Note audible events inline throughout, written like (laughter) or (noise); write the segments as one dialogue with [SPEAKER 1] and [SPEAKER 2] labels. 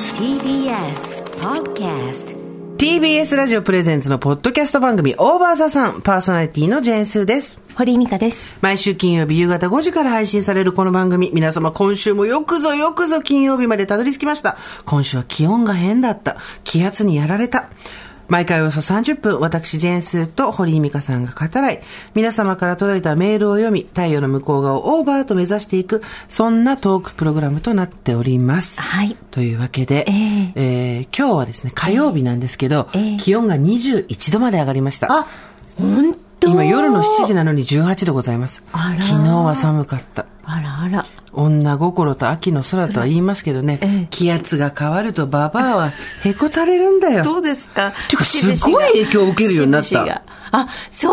[SPEAKER 1] TBS Podcast
[SPEAKER 2] TBS ラジオプレゼンツのポッドキャスト番組オーバーザさんパーソナリティのジェーンスーです。
[SPEAKER 3] 堀井美香です。
[SPEAKER 2] 毎週金曜日夕方5時から配信されるこの番組、皆様今週もよくぞよくぞ金曜日までたどり着きました。今週は気温が変だった。気圧にやられた。毎回およそ30分、私、ジェーンスーと堀井美香さんが語らい、皆様から届いたメールを読み、太陽の向こう側をオーバーと目指していく、そんなトークプログラムとなっております。
[SPEAKER 3] はい
[SPEAKER 2] というわけで、
[SPEAKER 3] ええ
[SPEAKER 2] えー今日はですね、火曜日なんですけど、
[SPEAKER 3] ええ
[SPEAKER 2] 気温が21度まで上がりました。
[SPEAKER 3] あ、本当
[SPEAKER 2] 今夜の7時なのに18度ございます。
[SPEAKER 3] あら
[SPEAKER 2] 昨日は寒かった。
[SPEAKER 3] あらあら。
[SPEAKER 2] 女心と秋の空とは言いますけどね、
[SPEAKER 3] ええ
[SPEAKER 2] 気圧が変わるとババアはへこたれるんだ
[SPEAKER 3] (laughs)
[SPEAKER 2] よ。
[SPEAKER 3] どうですか
[SPEAKER 2] てか
[SPEAKER 3] 節々が
[SPEAKER 2] すごい影響を受けるようになった
[SPEAKER 3] 節々があ、そう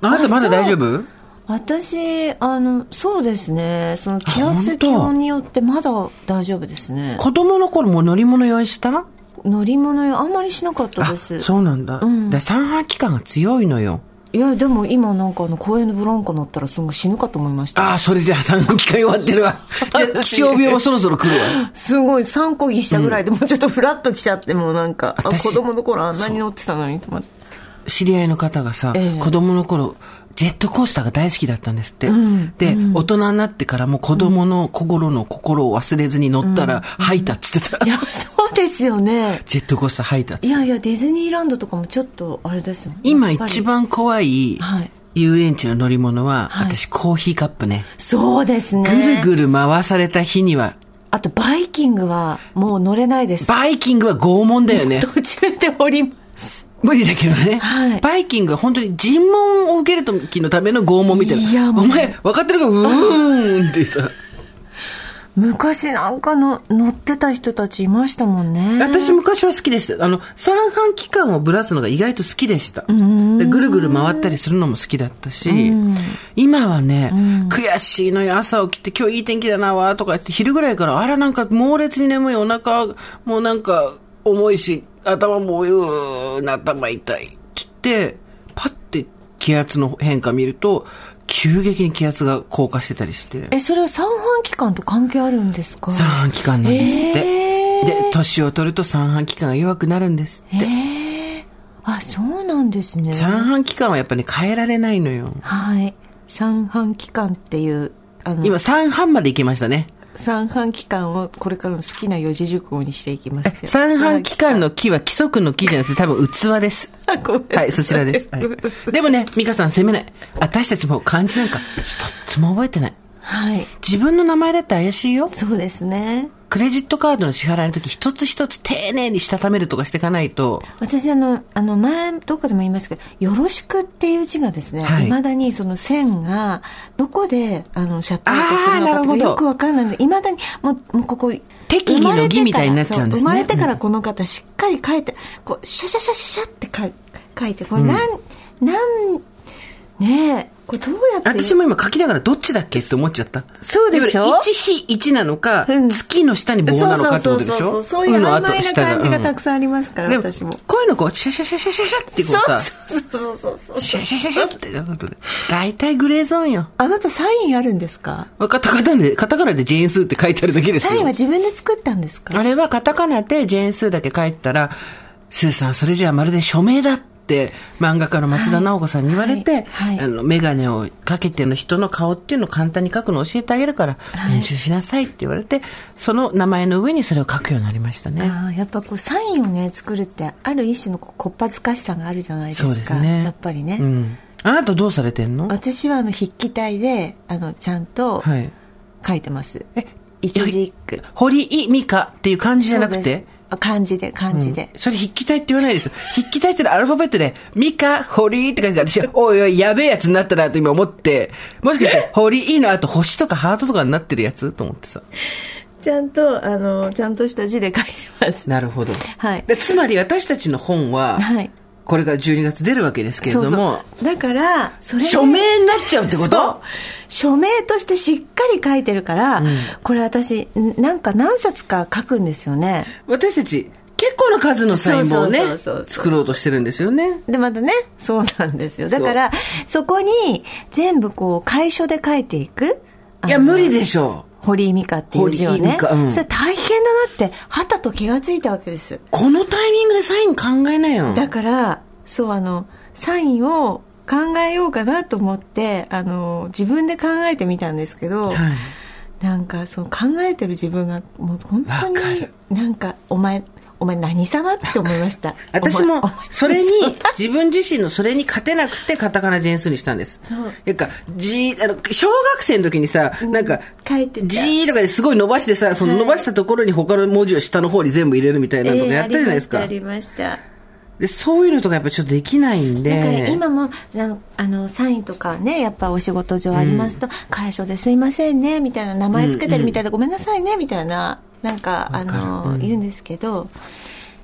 [SPEAKER 2] あなたまだ大丈
[SPEAKER 3] そう
[SPEAKER 2] 夫
[SPEAKER 3] 私、あの、そうですね。その気
[SPEAKER 2] あ本
[SPEAKER 3] 圧、
[SPEAKER 2] 当
[SPEAKER 3] 気温によってまだ大丈夫ですね。
[SPEAKER 2] 子供の頃も乗り物用意した
[SPEAKER 3] 乗り物よあんまりしなかった
[SPEAKER 2] あ、
[SPEAKER 3] です。
[SPEAKER 2] そうなんだ。
[SPEAKER 3] うん
[SPEAKER 2] だから三半規管が強いのよ。
[SPEAKER 3] いや、でも今なんかあの、公園のブランコ乗ったらすぐ死ぬかと思いました。
[SPEAKER 2] ああ、それじゃあ三半規管弱ってるわ。じゃあ (laughs) 気象病もそろそろ来るわ。
[SPEAKER 3] すごい、3個ぎしたぐらいでもうちょっとフラッと来ちゃって、もうなんか、あ
[SPEAKER 2] 私
[SPEAKER 3] 子供の頃あんなに乗ってたのにと思って。
[SPEAKER 2] 知り合いの方がさ、
[SPEAKER 3] ええ
[SPEAKER 2] 子供の頃、ジェットコースターが大好きだったんですって。で、大人になってからもう子供の心の心を忘れずに乗ったら吐いたっつってた。
[SPEAKER 3] いや、そうですよね。
[SPEAKER 2] (laughs) ジェットコースター吐いたっつって
[SPEAKER 3] いやいや、ディズニーランドとかもちょっと、あれですもん。
[SPEAKER 2] 今
[SPEAKER 3] やっぱり
[SPEAKER 2] 一。番怖い
[SPEAKER 3] はい
[SPEAKER 2] 遊園地の乗り物は、
[SPEAKER 3] はい
[SPEAKER 2] 私コーヒーカップね。
[SPEAKER 3] そうです
[SPEAKER 2] ぐ
[SPEAKER 3] ね。
[SPEAKER 2] るぐる回された日には、
[SPEAKER 3] あと、バイキングは、もう乗れないです。
[SPEAKER 2] バイキングは拷問だよね。
[SPEAKER 3] 途中で降ります。
[SPEAKER 2] 無理だけどね。
[SPEAKER 3] はい
[SPEAKER 2] バイキングは本当に尋問を受ける時のための拷問みたいな。
[SPEAKER 3] いやもう
[SPEAKER 2] お前、分かってるかうーんってさ。
[SPEAKER 3] 昔なんかの乗ってた人たちいましたもんね。
[SPEAKER 2] 私昔は好きでした。あの、三半規管をぶらすのが意外と好きでした。でぐるぐる回ったりするのも好きだったし、今はね、悔しいのよ、朝起きて今日いい天気だなわ、とか言って昼ぐらいから、あらなんか猛烈に眠い、お腹もなんか重いし、頭もうーん、頭痛いって言って、パッて気圧の変化見ると、急激に気圧が降下してたりして、
[SPEAKER 3] え、それは三半規管と関係あるんですか
[SPEAKER 2] 三半規管なんですって。
[SPEAKER 3] えー
[SPEAKER 2] で、年を取ると三半規管が弱くなるんですって。
[SPEAKER 3] えーあ、そうなんですね。
[SPEAKER 2] 三半規管はやっぱり変えられないのよ。
[SPEAKER 3] はい。三半規管っていう、あの、
[SPEAKER 2] 今三半まで行きましたね。
[SPEAKER 3] 三半規管をこれからの好きな四字熟語にしていきますよ。
[SPEAKER 2] 三半規管の木は規則の木じゃなくて多分器です。
[SPEAKER 3] 三半規管。
[SPEAKER 2] はい、そちらです。はい、でもね、美香さん責めない。私たちもう漢字なんか一つも覚えてない。
[SPEAKER 3] はい。
[SPEAKER 2] 自分の名前だって怪しいよ。
[SPEAKER 3] そうですね。
[SPEAKER 2] クレジットカードの支払いの時一つ一つ丁寧にしたためるとかしていかないと、
[SPEAKER 3] 私あの、あの、前、どっかでも言いましたけど、よろしくっていう字がですね、
[SPEAKER 2] はい
[SPEAKER 3] いまだにその線が、どこで、あの、シャットアウトするの
[SPEAKER 2] あーな
[SPEAKER 3] かと
[SPEAKER 2] るほ
[SPEAKER 3] か
[SPEAKER 2] ど
[SPEAKER 3] よくわかんないんで、いまだに、もう、もうここ、
[SPEAKER 2] 適宜の義みたいになっちゃうんですね
[SPEAKER 3] 生まれてからそう生まれてからこの方、しっかり書いて、こう、シャシャシャシャシャって書い書いて、これ、なん、なん、ねえ、これどうやって言う。
[SPEAKER 2] 私も今書きながらどっちだっけって思っちゃった。
[SPEAKER 3] そうでしょ
[SPEAKER 2] いわゆる一比一なのか、
[SPEAKER 3] うん
[SPEAKER 2] 月の下に棒なのかってことでし
[SPEAKER 3] そ
[SPEAKER 2] ょ
[SPEAKER 3] うそうそうそうそういう
[SPEAKER 2] の
[SPEAKER 3] 曖
[SPEAKER 2] 後
[SPEAKER 3] 昧な
[SPEAKER 2] 下
[SPEAKER 3] 感じがた
[SPEAKER 2] うん
[SPEAKER 3] くさんありますから、
[SPEAKER 2] でも
[SPEAKER 3] 私も。
[SPEAKER 2] こういうのこう、シャシャシャシャシャシャってこうさ、
[SPEAKER 3] そうそうそうそう
[SPEAKER 2] シャシャシャシャってなことで。大体グレーゾーンよ。
[SPEAKER 3] あなたサインあるんですか
[SPEAKER 2] カタカナで、カタカナでジェーンスーって書いてあるだけです
[SPEAKER 3] サインは
[SPEAKER 2] よ。
[SPEAKER 3] 自分で作ったんですか
[SPEAKER 2] あれはカタカナでジェーンスーだけ書いてたら、スーさん、それじゃあまるで署名だって漫画家の松田直子さんに言われて、
[SPEAKER 3] はいはい
[SPEAKER 2] あの、メガネをかけての人の顔っていうのを簡単に書くのを教えてあげるから、練習しなさいって言われて、その名前の上にそれを書くようになりましたね。
[SPEAKER 3] ああやっぱこうサインをね作るってある一種のこうこっぱずかしさがあるじゃないですか
[SPEAKER 2] そうですね。
[SPEAKER 3] やっぱりね、
[SPEAKER 2] うん。あなたどうされてんの
[SPEAKER 3] 私はあの筆記体であのちゃんと
[SPEAKER 2] はい。
[SPEAKER 3] 書いてます、一字一句
[SPEAKER 2] 堀井美香っていう漢字じゃなく
[SPEAKER 3] そうで
[SPEAKER 2] て
[SPEAKER 3] すあ漢字で漢字で、
[SPEAKER 2] それ筆記体って言わないですよ。筆記体ってのはアルファベットで、ミカ、ホリーって書いてある私、おいおい、やべえやつになったなと今思って、もし
[SPEAKER 3] (laughs)
[SPEAKER 2] かして、ホリーの後星とかハートとかになってるやつと思ってさ。
[SPEAKER 3] ちゃんとあのちゃんとした字で書いてます
[SPEAKER 2] なるほど。
[SPEAKER 3] はい
[SPEAKER 2] でつまり私たちの本は、
[SPEAKER 3] はい
[SPEAKER 2] これから12月出るわけですけれども、
[SPEAKER 3] そうそうだからそれで
[SPEAKER 2] 署名になっちゃうってこ
[SPEAKER 3] そう
[SPEAKER 2] と
[SPEAKER 3] 署名としてしっかり書いてるから、これ私んなんか何冊か書くんですよね
[SPEAKER 2] 私たち、結構な数のサインをね
[SPEAKER 3] そうそうそうそう、
[SPEAKER 2] 作ろうとしてるんですよね。
[SPEAKER 3] でまたねそうなんですよだからそこに全部こう楷書で書いていく
[SPEAKER 2] いや、無理でしょう。
[SPEAKER 3] 堀井美香っていう字を
[SPEAKER 2] 堀井
[SPEAKER 3] ね
[SPEAKER 2] 美、香うん
[SPEAKER 3] それ大変だなってはたと気がついたわけです
[SPEAKER 2] このタイミングでサイン考えなよ。
[SPEAKER 3] だからそうあのサインを考えようかなと思ってあの自分で考えてみたんですけど、
[SPEAKER 2] はい
[SPEAKER 3] なんかその考えてる自分がもう本当に
[SPEAKER 2] わかる
[SPEAKER 3] なんかお前お前何様って思いました
[SPEAKER 2] 私
[SPEAKER 3] お前お
[SPEAKER 2] も
[SPEAKER 3] 前、
[SPEAKER 2] それに、自分自身のそれに勝てなくて、カタカナ全数にしたんです。
[SPEAKER 3] そう
[SPEAKER 2] なんか、じあの、小学生の時にさ、なんか、
[SPEAKER 3] 書いてた
[SPEAKER 2] G とかですごい伸ばしてさ、その伸ばしたところに他の文字を下の方に全部入れるみた (laughs) いなのとかやったじゃないですか。
[SPEAKER 3] ええありましたありました
[SPEAKER 2] で、そういうのとかやっぱちょっとできないん
[SPEAKER 3] だから
[SPEAKER 2] で。
[SPEAKER 3] 今もあのあのサインとかねやっぱお仕事上ありますと、会社ですいませんねみたいな名前つけてるみたいで、ごめんなさいねみたいななんかあの、言うんですけど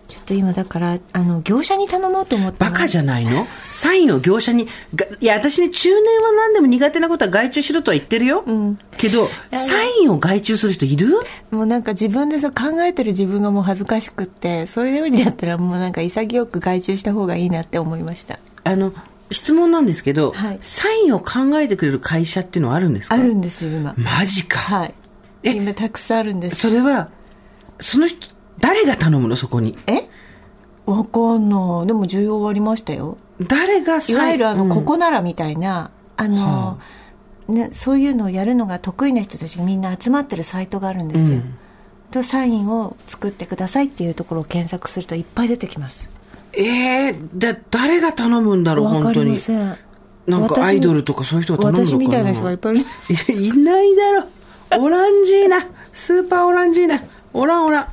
[SPEAKER 3] ちょっと今だからあの業者に頼もうと思って
[SPEAKER 2] バカじ
[SPEAKER 3] ゃ
[SPEAKER 2] ゃないのサインを業者に、がいや、私ね、中年は何でも苦手なことは外注しろとは言ってるよ。けど、サインを外注する人いる
[SPEAKER 3] もうなんか自分でそう考えてる自分がもう恥ずかしくってそれよりだったらもうなんか潔く外注した方がいいなって思いました
[SPEAKER 2] あの、質問なんですけど、
[SPEAKER 3] はい
[SPEAKER 2] サインを考えてくれる会社っていうのはあるんですか
[SPEAKER 3] あるんですよ今
[SPEAKER 2] マジか。
[SPEAKER 3] はい
[SPEAKER 2] え
[SPEAKER 3] 今たくさんあるんです
[SPEAKER 2] それは、その人、誰が頼むのそこに。
[SPEAKER 3] えわかんないでも需要はありましたよ
[SPEAKER 2] 誰がサイ
[SPEAKER 3] い
[SPEAKER 2] ン
[SPEAKER 3] わゆるあの、
[SPEAKER 2] うん
[SPEAKER 3] ここならみたいなあの、
[SPEAKER 2] は
[SPEAKER 3] ね、そういうのをやるのが得意な人たちがみんな集まってるサイトがあるんですよ、とサインを作ってくださいっていうところを検索するといっぱい出てきます
[SPEAKER 2] ええだ、誰が頼むんだろう、
[SPEAKER 3] わ
[SPEAKER 2] 本
[SPEAKER 3] か
[SPEAKER 2] 当
[SPEAKER 3] り
[SPEAKER 2] に
[SPEAKER 3] ま。せん
[SPEAKER 2] なんか
[SPEAKER 3] 私
[SPEAKER 2] アイドルとかそういう人が頼むのかな
[SPEAKER 3] 私みたいな人がいっぱいいる
[SPEAKER 2] いや (laughs) いないだろオランジーナスーパーオランジーナオランオラン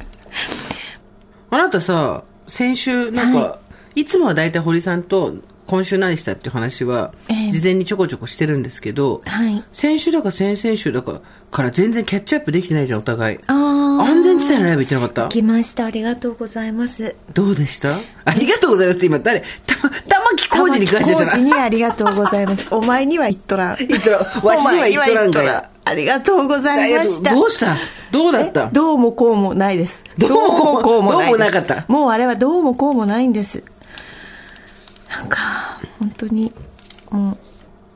[SPEAKER 2] あなたさ先週なんか、い、つもは大体堀さんと今週何したっていう話は
[SPEAKER 3] ええ
[SPEAKER 2] 事前にちょこちょこしてるんですけど、
[SPEAKER 3] はい
[SPEAKER 2] 先週だか先々週だかから全然キャッチアップできてないじゃんお互い
[SPEAKER 3] あー
[SPEAKER 2] 安全地帯のライブ行ってなかった
[SPEAKER 3] 来ましたありがとうございます
[SPEAKER 2] どうでしたありがとうございますって今誰た玉置浩二に感謝じゃ
[SPEAKER 3] 玉置浩二
[SPEAKER 2] ない
[SPEAKER 3] にありがとうござい
[SPEAKER 2] (laughs)
[SPEAKER 3] ますお前には言っとらん
[SPEAKER 2] 言っとらんわしには言っとらんかい
[SPEAKER 3] お前には言っとらんありがとうございました
[SPEAKER 2] どうしたどうだった
[SPEAKER 3] えどうもこうもないです
[SPEAKER 2] どうもこうも
[SPEAKER 3] いです
[SPEAKER 2] どうもなかった
[SPEAKER 3] もうあれはどうもこうもないんですなんか本当にもう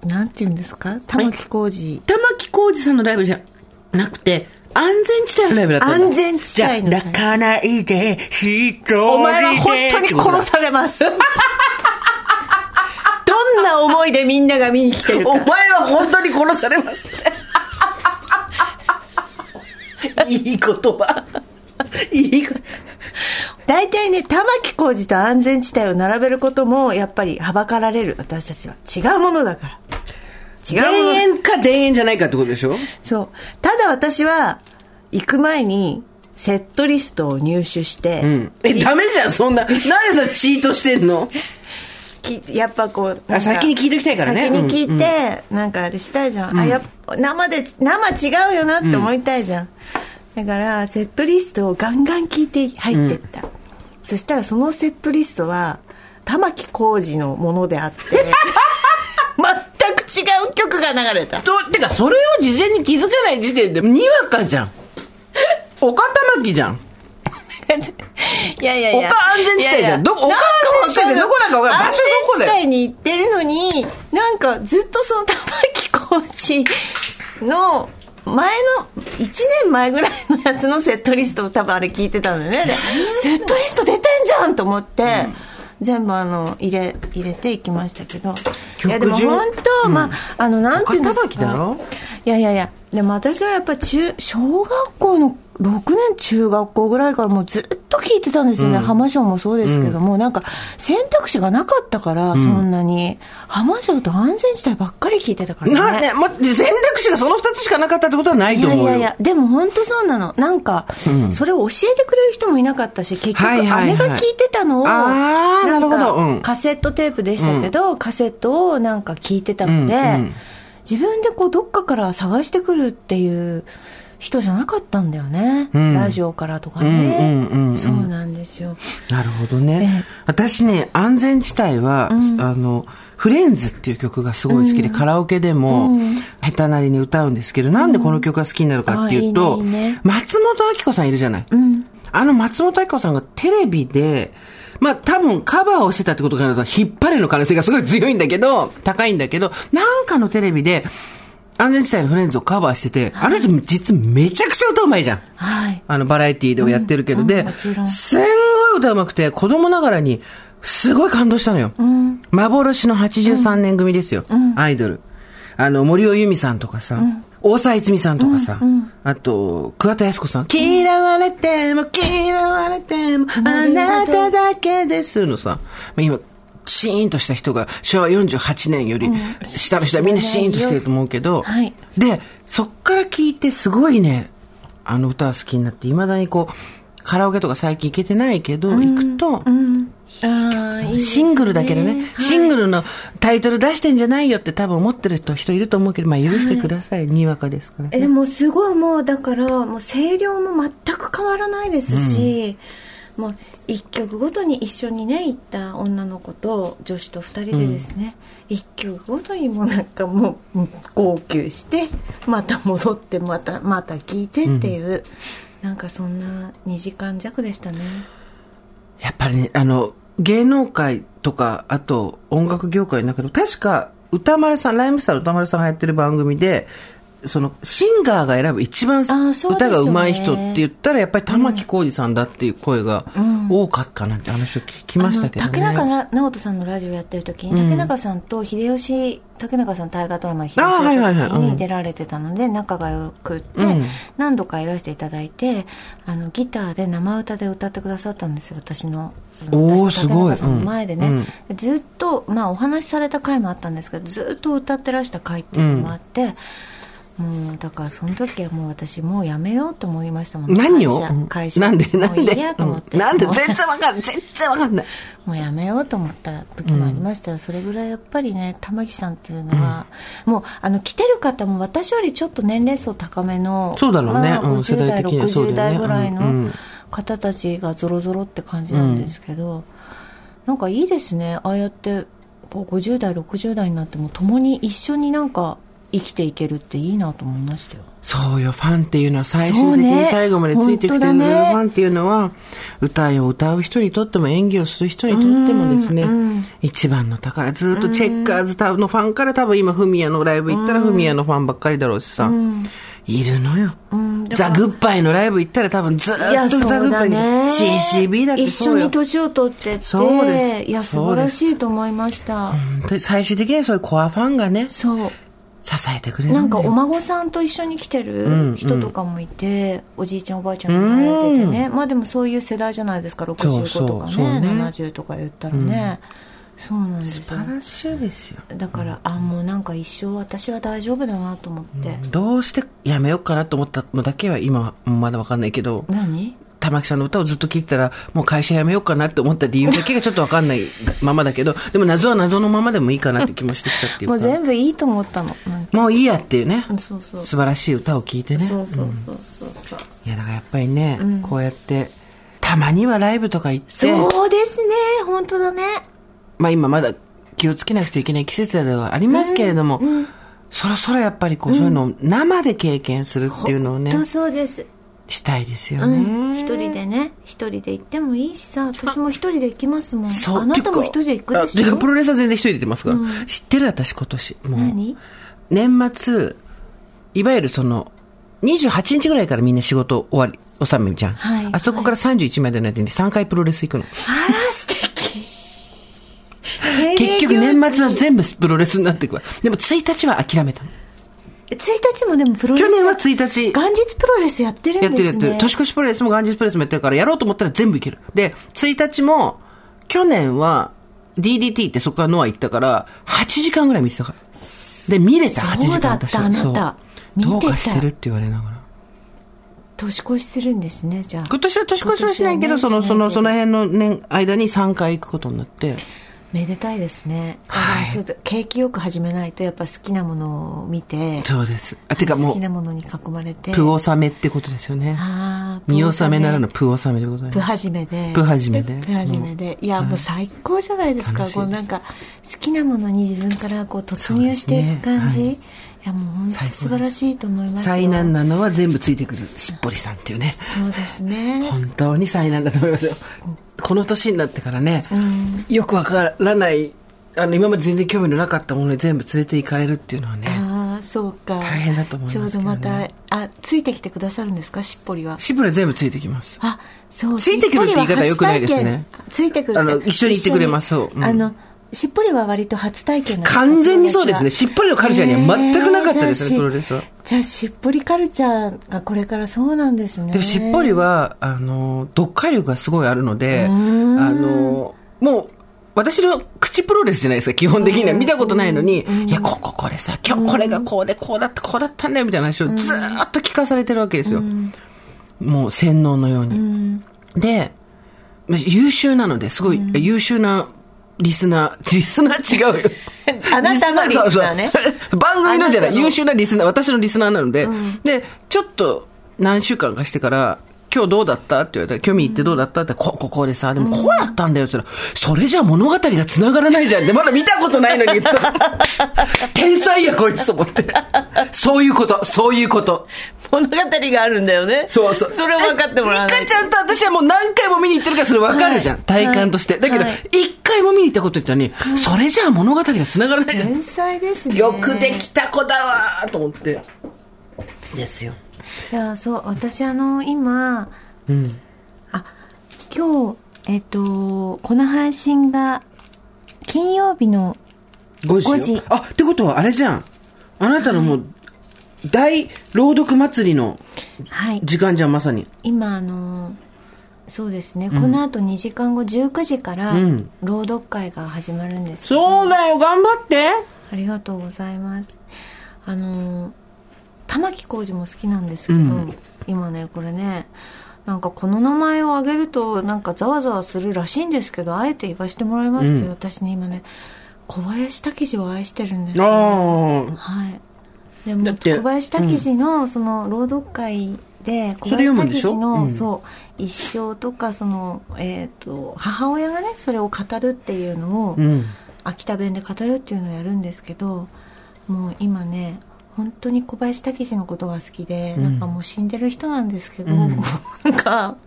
[SPEAKER 3] なんて言うんですか玉置浩二
[SPEAKER 2] 玉置浩二さんのライブじゃなくて、安全地帯のライブだったんだ
[SPEAKER 3] 安全地帯の
[SPEAKER 2] じゃあ泣かないで、一人で。
[SPEAKER 3] お前は本当に殺されます (laughs)
[SPEAKER 2] (laughs)
[SPEAKER 3] どんな思いでみんなが見に来てる
[SPEAKER 2] お
[SPEAKER 3] か
[SPEAKER 2] 前は本当に殺されます。 (laughs) いい言葉。いい言葉。
[SPEAKER 3] (laughs) 大体ね玉置浩二と安全地帯を並べることもやっぱりはばかられる私たちは違うものだから違
[SPEAKER 2] 田
[SPEAKER 3] うもの
[SPEAKER 2] 園か田園じゃないかってことでしょ
[SPEAKER 3] そう。ただ私は、行く前に、セットリストを入手して、
[SPEAKER 2] うん。え、ダメじゃん、そんな。なんでさ、チートしてんの
[SPEAKER 3] きやっぱこう
[SPEAKER 2] あ先に聞いときたいからね
[SPEAKER 3] 先に聞いて、なんかあれしたいじゃん、あやっぱ生で生違うよなって思いたいじゃん、だからセットリストをガンガン聞いて入ってった、そしたらそのセットリストは玉置浩二のもので
[SPEAKER 2] (laughs)
[SPEAKER 3] あって全く違う曲が流れた
[SPEAKER 2] と、てか、それを事前に気づかない時点で、にわかじゃん。岡玉木じゃん。
[SPEAKER 3] いやいやいや。
[SPEAKER 2] 丘安全地帯じゃん
[SPEAKER 3] いやいや
[SPEAKER 2] どこ丘安全地帯ってどこだかわかんな
[SPEAKER 3] 安
[SPEAKER 2] い場所どこだ
[SPEAKER 3] 全
[SPEAKER 2] よ
[SPEAKER 3] 地帯に行ってるのに、なんかずっとその玉置浩二の前の、1年前ぐらいのやつのセットリストを多分あれ聞いてたんだよね。でセットリスト出てんじゃんと思って、全部あの入れ入れていきましたけどいやでも
[SPEAKER 2] 曲順
[SPEAKER 3] 本当、まああのなんていうんですか
[SPEAKER 2] 丘珠だろ
[SPEAKER 3] いやいやいやでも私はやっぱ中小学校の6年中学校ぐらいからもうずっと聞いてたんですよね、浜省もそうですけども、なんか選択肢がなかったから、そんなに浜省と安全地帯ばっかり聞いてたからね
[SPEAKER 2] な、ね、ま、選択肢がその二つしかなかったってことはない
[SPEAKER 3] い
[SPEAKER 2] と
[SPEAKER 3] や
[SPEAKER 2] 思
[SPEAKER 3] い
[SPEAKER 2] うよ。
[SPEAKER 3] やいやでも本当そうなのなんか、それを教えてくれる人もいなかったし結局
[SPEAKER 2] はいはいはい
[SPEAKER 3] 姉が聞いてたのを、
[SPEAKER 2] あー
[SPEAKER 3] なんか
[SPEAKER 2] なるほどうん
[SPEAKER 3] カセットテープでしたけど、カセットをなんか聞いてたので、
[SPEAKER 2] うんうん
[SPEAKER 3] 自分でこうどっかから探してくるっていう人じゃなかったんだよね、
[SPEAKER 2] ん
[SPEAKER 3] ラジオからとかね、
[SPEAKER 2] うんうんうんうん
[SPEAKER 3] そうなんですよ
[SPEAKER 2] なるほどね
[SPEAKER 3] ええ。
[SPEAKER 2] 私ね、安全地帯は、あの、フレンズっていう曲がすごい好きで、カラオケでも、下手なりに歌うんですけど、なんでこの曲が好きになるかっていうと、
[SPEAKER 3] うんあいいねいいね
[SPEAKER 2] 松本明子さんいるじゃない。あの松本明子さんがテレビで、まあ多分カバーをしてたってことからだと、引っ張れの可能性がすごい強いんだけど、高いんだけど、なんかのテレビで、安全地帯のフレンズをカバーしてて、あの人実めちゃくちゃ歌うまいじゃん。
[SPEAKER 3] はい。
[SPEAKER 2] あの、バラエティーでもやってるけど、
[SPEAKER 3] うん
[SPEAKER 2] で、
[SPEAKER 3] もちろん
[SPEAKER 2] すんごい歌うまくて、子供ながらに、すごい感動したのよ。幻の83年組ですよ、アイドル。あの、森尾由美さんとかさ、大沢逸美さんとかさ、あと、桑田靖子さん。嫌われても、嫌われても、あなただけですのさ、まあ今、シーンとした人が昭和48年より下の人はみんなシーンとしてると思うけど、
[SPEAKER 3] はい
[SPEAKER 2] でそっから聞いてすごいねあの歌は好きになっていまだにこうカラオケとか最近行けてないけど、行くと、
[SPEAKER 3] ああ、いいです
[SPEAKER 2] シングルだけどね
[SPEAKER 3] ね
[SPEAKER 2] シングルのタイトル出してんじゃないよって多分思ってる人人いると思うけど、まあ、許してください、にわかですから
[SPEAKER 3] えでもすごいもうだからもう声量も全く変わらないですし、もう一曲ごとに一緒にね行った女の子と女子と二人でですね、一曲ごとにもうなんかもううん号泣してまた戻ってまたまた聞いてっていう、なんかそんな2時間弱でしたね
[SPEAKER 2] やっぱりねあの芸能界とかあと音楽業界だけど確か歌丸さんライムスターの歌丸さんがやってる番組でそのシンガーが選ぶ一
[SPEAKER 3] あ
[SPEAKER 2] 番
[SPEAKER 3] ーそうでしょ
[SPEAKER 2] 歌
[SPEAKER 3] うね
[SPEAKER 2] が上手い人って言ったらやっぱり玉置浩二さんだっていう声が多かったなんて話を聞きましたけどね、
[SPEAKER 3] あの竹中直人さんのラジオやってる時に、竹中さんと秀吉竹中さん大河ドラマ「秀吉」
[SPEAKER 2] あはいはいはいうん
[SPEAKER 3] に出られてたので仲がよくって、
[SPEAKER 2] うん
[SPEAKER 3] 何度かいらしていただいてあのギターで生歌で歌ってくださったんですよ私のその
[SPEAKER 2] おー
[SPEAKER 3] 私と竹中さんの前でね、
[SPEAKER 2] すごいうん
[SPEAKER 3] ずっと、まあ、お話しされた回もあったんですけどずっと歌ってらした回っていうのもあって、もうだからその時はもう私もうやめようと思いましたもん
[SPEAKER 2] 何を
[SPEAKER 3] 会社会社
[SPEAKER 2] なんでなん
[SPEAKER 3] もう
[SPEAKER 2] で
[SPEAKER 3] いいやと思って、
[SPEAKER 2] うんなんで
[SPEAKER 3] もう
[SPEAKER 2] 全然わかんない全然わかんない
[SPEAKER 3] もうやめようと思った時もありました、それぐらいやっぱりね玉木さんっていうのは、もうあの来てる方も私よりちょっと年齢層高めの
[SPEAKER 2] そうだろうね
[SPEAKER 3] まあ
[SPEAKER 2] うん世
[SPEAKER 3] 50
[SPEAKER 2] 代
[SPEAKER 3] 代、
[SPEAKER 2] 的にはそう
[SPEAKER 3] 60代
[SPEAKER 2] だよね
[SPEAKER 3] ぐらい
[SPEAKER 2] うんう
[SPEAKER 3] の
[SPEAKER 2] ん
[SPEAKER 3] 方たちがぞろぞろって感じなんですけど、なんかいいですねああやってこう50代60代になっても共に一緒になんか生きていけるっていいなと思いましたよ
[SPEAKER 2] そうよ、ファンっていうのは最終的
[SPEAKER 3] そう
[SPEAKER 2] に
[SPEAKER 3] ね
[SPEAKER 2] 最後までついてきてくれる、
[SPEAKER 3] 本当だね
[SPEAKER 2] ファンっていうのは、歌いを歌う人にとっても演技をする人にとってもですね、一番の宝、ずっとチェッカーズタのファンから多分今、フミヤのライブ行ったらフミヤのファンばっかりだろうしさ、いるのよ。ザ・グッバイのライブ行ったら多分ずっ
[SPEAKER 3] いや
[SPEAKER 2] と
[SPEAKER 3] そう
[SPEAKER 2] ザ・グッバ
[SPEAKER 3] だ
[SPEAKER 2] イに、
[SPEAKER 3] ね
[SPEAKER 2] CCB だって
[SPEAKER 3] 一
[SPEAKER 2] そ
[SPEAKER 3] 緒
[SPEAKER 2] う
[SPEAKER 3] に
[SPEAKER 2] よ。
[SPEAKER 3] 年を取ってって
[SPEAKER 2] そうです
[SPEAKER 3] いや素晴らしいと思いました
[SPEAKER 2] で最終的にはそういうコアファンがね、
[SPEAKER 3] そう
[SPEAKER 2] 支えてくれる
[SPEAKER 3] なん
[SPEAKER 2] だ
[SPEAKER 3] か
[SPEAKER 2] よ
[SPEAKER 3] お孫さんと一緒に来てる人とかもいて、おじいちゃんおばあちゃんもられててね、まあでもそういう世代じゃないですか65とかね
[SPEAKER 2] そうそうね
[SPEAKER 3] 70とか言ったらね、そうなんです
[SPEAKER 2] 素
[SPEAKER 3] よ
[SPEAKER 2] 晴らしいですよ。
[SPEAKER 3] だからあもうなんか一生私は大丈夫だなと思って、
[SPEAKER 2] どうしてやめようかなと思ったのだけは今はまだわかんないけど、
[SPEAKER 3] 何
[SPEAKER 2] 玉木さんの歌をずっと聴いてたら、もう会社辞めようかなって思った理由だけがちょっとわかんないままだけど、でも謎は謎のままでもいいかなって気もしてきたっていうか。
[SPEAKER 3] もう全部いいと思ったのなんか
[SPEAKER 2] もういいやっていうね。
[SPEAKER 3] そうそうそ
[SPEAKER 2] 素晴らしい歌を聴いて
[SPEAKER 3] う
[SPEAKER 2] ね。
[SPEAKER 3] そうそうそうそう
[SPEAKER 2] いや、だからやっぱりね、こうやって、たまにはライブとか行って、
[SPEAKER 3] そうですね本当だね
[SPEAKER 2] まあ今まだ気をつけなくちゃいけない季節ではありますけれども、そろそろやっぱりこう、そういうのを生で経験するっていうのをね、
[SPEAKER 3] 本当そうです
[SPEAKER 2] したいですよ
[SPEAKER 3] う
[SPEAKER 2] ね。
[SPEAKER 3] ん、一人でね一人で行ってもいいしさ私も一人で行きますもん
[SPEAKER 2] そう
[SPEAKER 3] あなたも一人で行くで
[SPEAKER 2] て
[SPEAKER 3] し
[SPEAKER 2] いうかあていう
[SPEAKER 3] ょ
[SPEAKER 2] かプロレスは全然一人で行ってますから、知ってる私今年もう
[SPEAKER 3] 何
[SPEAKER 2] 年末いわゆるその28日ぐらいからみんな仕事終わり納めじゃん、
[SPEAKER 3] はい
[SPEAKER 2] あそこから31までの間に3回プロレス行くの、
[SPEAKER 3] あら素
[SPEAKER 2] (laughs)
[SPEAKER 3] 敵
[SPEAKER 2] 結局年末は全部プロレスになっていくわでも1日は諦めたの
[SPEAKER 3] 1日もでもプロレス
[SPEAKER 2] 去年は1日
[SPEAKER 3] 元日プロレスやってるんで
[SPEAKER 2] や
[SPEAKER 3] す
[SPEAKER 2] っ
[SPEAKER 3] ね
[SPEAKER 2] てるやってる。年越しプロレスも元日プロレスもやってるから、やろうと思ったら全部いける。で、1日も、去年は、DDT ってそこからノア行ったから、8時間ぐらい見てたから。で、見れた、
[SPEAKER 3] そう
[SPEAKER 2] 8時間
[SPEAKER 3] だった
[SPEAKER 2] 私は
[SPEAKER 3] あなた
[SPEAKER 2] そうど
[SPEAKER 3] 見
[SPEAKER 2] う
[SPEAKER 3] てた
[SPEAKER 2] かしてるって言われながら。
[SPEAKER 3] 年越しするんですねじゃあ
[SPEAKER 2] 今年は年越しはしないけど、
[SPEAKER 3] 今
[SPEAKER 2] そ
[SPEAKER 3] 年は
[SPEAKER 2] の、
[SPEAKER 3] ね
[SPEAKER 2] その、
[SPEAKER 3] し
[SPEAKER 2] そ
[SPEAKER 3] な
[SPEAKER 2] の
[SPEAKER 3] いけど
[SPEAKER 2] 辺の年、間に3回行くことになって。
[SPEAKER 3] めでたいですね、
[SPEAKER 2] はい
[SPEAKER 3] あそうだ景気よく始めないとやっぱ好きなものを見て
[SPEAKER 2] そうです。あ、てかも
[SPEAKER 3] 好
[SPEAKER 2] う
[SPEAKER 3] き、なものに囲まれて
[SPEAKER 2] プ納めってことですよね。
[SPEAKER 3] あー
[SPEAKER 2] 見納めならぬプ納めでござい
[SPEAKER 3] プ
[SPEAKER 2] ます。
[SPEAKER 3] 始めで
[SPEAKER 2] プ始めで
[SPEAKER 3] プ始めで、いや、もう最高じゃないですか
[SPEAKER 2] 楽しいで
[SPEAKER 3] こ
[SPEAKER 2] す
[SPEAKER 3] うなんか好きなものに自分からこう突入していく感じ、
[SPEAKER 2] そう
[SPEAKER 3] い、やもう本当素晴らしいと思いますよ
[SPEAKER 2] 災難なのは全部ついてくる、しっぽりさんっていうね。
[SPEAKER 3] そうですね
[SPEAKER 2] 本当に災難だと思いますよ、この年になってからね、よくわからないあの今まで全然興味のなかったものに全部連れて行かれるっていうのはね
[SPEAKER 3] ああそうか
[SPEAKER 2] 大変だと思います
[SPEAKER 3] ち
[SPEAKER 2] けど
[SPEAKER 3] ょ
[SPEAKER 2] ね
[SPEAKER 3] うどまたあついてきてくださるんですかしっぽりは
[SPEAKER 2] シプレ全部ついてきます。
[SPEAKER 3] あそう
[SPEAKER 2] ついてくるって言い方良くないですね
[SPEAKER 3] しっぽりは初体験ついてくるって
[SPEAKER 2] あの一緒に行ってくれます
[SPEAKER 3] 一緒に
[SPEAKER 2] そううん
[SPEAKER 3] あのしっぽりは割と初体験なんです
[SPEAKER 2] 完全にそうですねしっぽりのカルチャーには全くなかったですね
[SPEAKER 3] へー
[SPEAKER 2] プロレスは
[SPEAKER 3] じゃあしっぽりカルチャーがこれからそうなんですね
[SPEAKER 2] でもしっぽりは、あの、読解力がすごいあるので、あの、もう、私の口プロレスじゃないですか、基本的には。見たことないのに、いや、こここれさ、今日これがこうで、こうだった、こうだったんだよ、みたいな話をずーっと聞かされてるわけですよ。もう洗脳のように。で、優秀なので、すごい優秀なリスナー、リスナー違うよ。
[SPEAKER 3] (laughs) あなたのリスナーね
[SPEAKER 2] (laughs) そうそう番組のじゃな
[SPEAKER 3] あなた
[SPEAKER 2] い、
[SPEAKER 3] の
[SPEAKER 2] 優秀なリスナー、私のリスナーなので、で、ちょっと何週間かしてから、今日どうだったって言われたら、興味行ってどうだったって、こ、ここでさ、でもこうだったんだよって言ったら、それじゃ物語が繋がらないじゃんって、まだ見たことないの
[SPEAKER 3] (laughs)
[SPEAKER 2] に言った。天才やこいつと思って。そういうこと、そういうこと。
[SPEAKER 3] 物語があるんだよね
[SPEAKER 2] そうそう。
[SPEAKER 3] それを分かってもらわ
[SPEAKER 2] え
[SPEAKER 3] な
[SPEAKER 2] リ
[SPEAKER 3] い
[SPEAKER 2] カちゃんと私はもう何回も見に行ってるからそれ分かるじゃん。
[SPEAKER 3] はい
[SPEAKER 2] 体感として。だけど、一、
[SPEAKER 3] はい
[SPEAKER 2] 回も見に行ったこと言ったのに、それじゃ物語が繋がらないじゃん。
[SPEAKER 3] 天才ですね
[SPEAKER 2] よくできた子だわーと思って。ですよ。
[SPEAKER 3] いやそう私あの今
[SPEAKER 2] うん。
[SPEAKER 3] あ今日えっとこの配信が金曜日の
[SPEAKER 2] 5時よ
[SPEAKER 3] 5時
[SPEAKER 2] あ、ってことはあれじゃん。あなたのもう、大朗読祭りの
[SPEAKER 3] はい
[SPEAKER 2] 時間じゃん、まさに。
[SPEAKER 3] 今あのそうですね、このあと2時間後19時から
[SPEAKER 2] うん
[SPEAKER 3] 朗読会が始まるんですけど、
[SPEAKER 2] そうだよ、頑張って。
[SPEAKER 3] ありがとうございますあの玉置浩二も好きなんですけど、
[SPEAKER 2] うん
[SPEAKER 3] 今ねこれねなんかこの名前を挙げるとなんかざわざわするらしいんですけどあえて言わせてもらいますけど、
[SPEAKER 2] うん
[SPEAKER 3] 私ね今ね小林武史を愛してるんですよ
[SPEAKER 2] ああ。
[SPEAKER 3] はい。で
[SPEAKER 2] だ
[SPEAKER 3] も
[SPEAKER 2] って
[SPEAKER 3] 小林武史のその朗読会で小
[SPEAKER 2] それ
[SPEAKER 3] 林
[SPEAKER 2] 読むんで
[SPEAKER 3] 武
[SPEAKER 2] しょ
[SPEAKER 3] 史の
[SPEAKER 2] うん
[SPEAKER 3] そう一生とかそのえっ、と母親がねそれを語るっていうのを
[SPEAKER 2] うん。
[SPEAKER 3] 秋田弁で語るっていうのをやるんですけど、もう今ね。本当に小林武史のことが好きで、
[SPEAKER 2] ん
[SPEAKER 3] なんかもう死んでる人なんですけど、
[SPEAKER 2] うん
[SPEAKER 3] なんか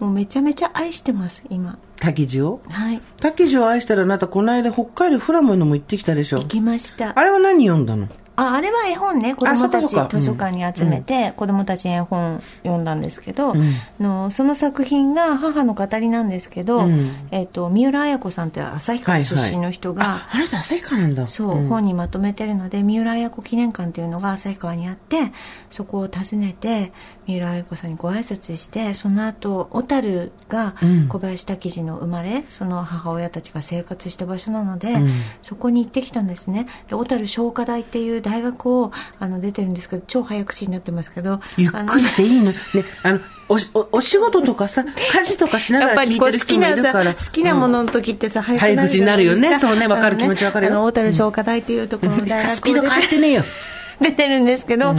[SPEAKER 3] もうめちゃめちゃ愛してます今
[SPEAKER 2] 滝地を
[SPEAKER 3] はい
[SPEAKER 2] 滝地を愛したらあなたこの間北海道フラムのも行ってきたでしょ
[SPEAKER 3] 行。きました
[SPEAKER 2] あれは何読んだの
[SPEAKER 3] ああれは絵本ね子
[SPEAKER 2] あそ
[SPEAKER 3] 供た
[SPEAKER 2] うかそうか
[SPEAKER 3] ち図書館に集めて、子供たち絵本読んだんですけど、のその作品が母の語りなんですけど、
[SPEAKER 2] うん
[SPEAKER 3] えっと三浦綾子さんという旭川出身の人が、
[SPEAKER 2] あ、あなた旭川なんだ。
[SPEAKER 3] そう、
[SPEAKER 2] ん
[SPEAKER 3] 本にまとめてるので三浦綾子記念館っていうのが旭川にあってそこを訪ねて三浦綾子さんにご挨拶してその後小樽が
[SPEAKER 2] うん
[SPEAKER 3] 小林武史の生まれ、その母親たちが生活した場所なので、
[SPEAKER 2] うん
[SPEAKER 3] そこに行ってきたんですねで小樽商科大っていう大学をあの出てるんですけど超早口になってますけど
[SPEAKER 2] ゆっくり
[SPEAKER 3] あの
[SPEAKER 2] していいの。ね、あの、おし、おお仕事とかさ、家事とかしな
[SPEAKER 3] や
[SPEAKER 2] が
[SPEAKER 3] っ
[SPEAKER 2] ら
[SPEAKER 3] ぱ
[SPEAKER 2] 聞
[SPEAKER 3] り
[SPEAKER 2] い
[SPEAKER 3] こ
[SPEAKER 2] て
[SPEAKER 3] う
[SPEAKER 2] る
[SPEAKER 3] 好
[SPEAKER 2] 人
[SPEAKER 3] き
[SPEAKER 2] もい
[SPEAKER 3] な
[SPEAKER 2] る
[SPEAKER 3] さ
[SPEAKER 2] から。
[SPEAKER 3] 好きなものの時ってさ早
[SPEAKER 2] 早口になるよねそうねわかる気持ちわかるよ
[SPEAKER 3] あの小樽商科大っていうところの大学を出て
[SPEAKER 2] スピード変わってねえよ。
[SPEAKER 3] (laughs) 出てるんですけど、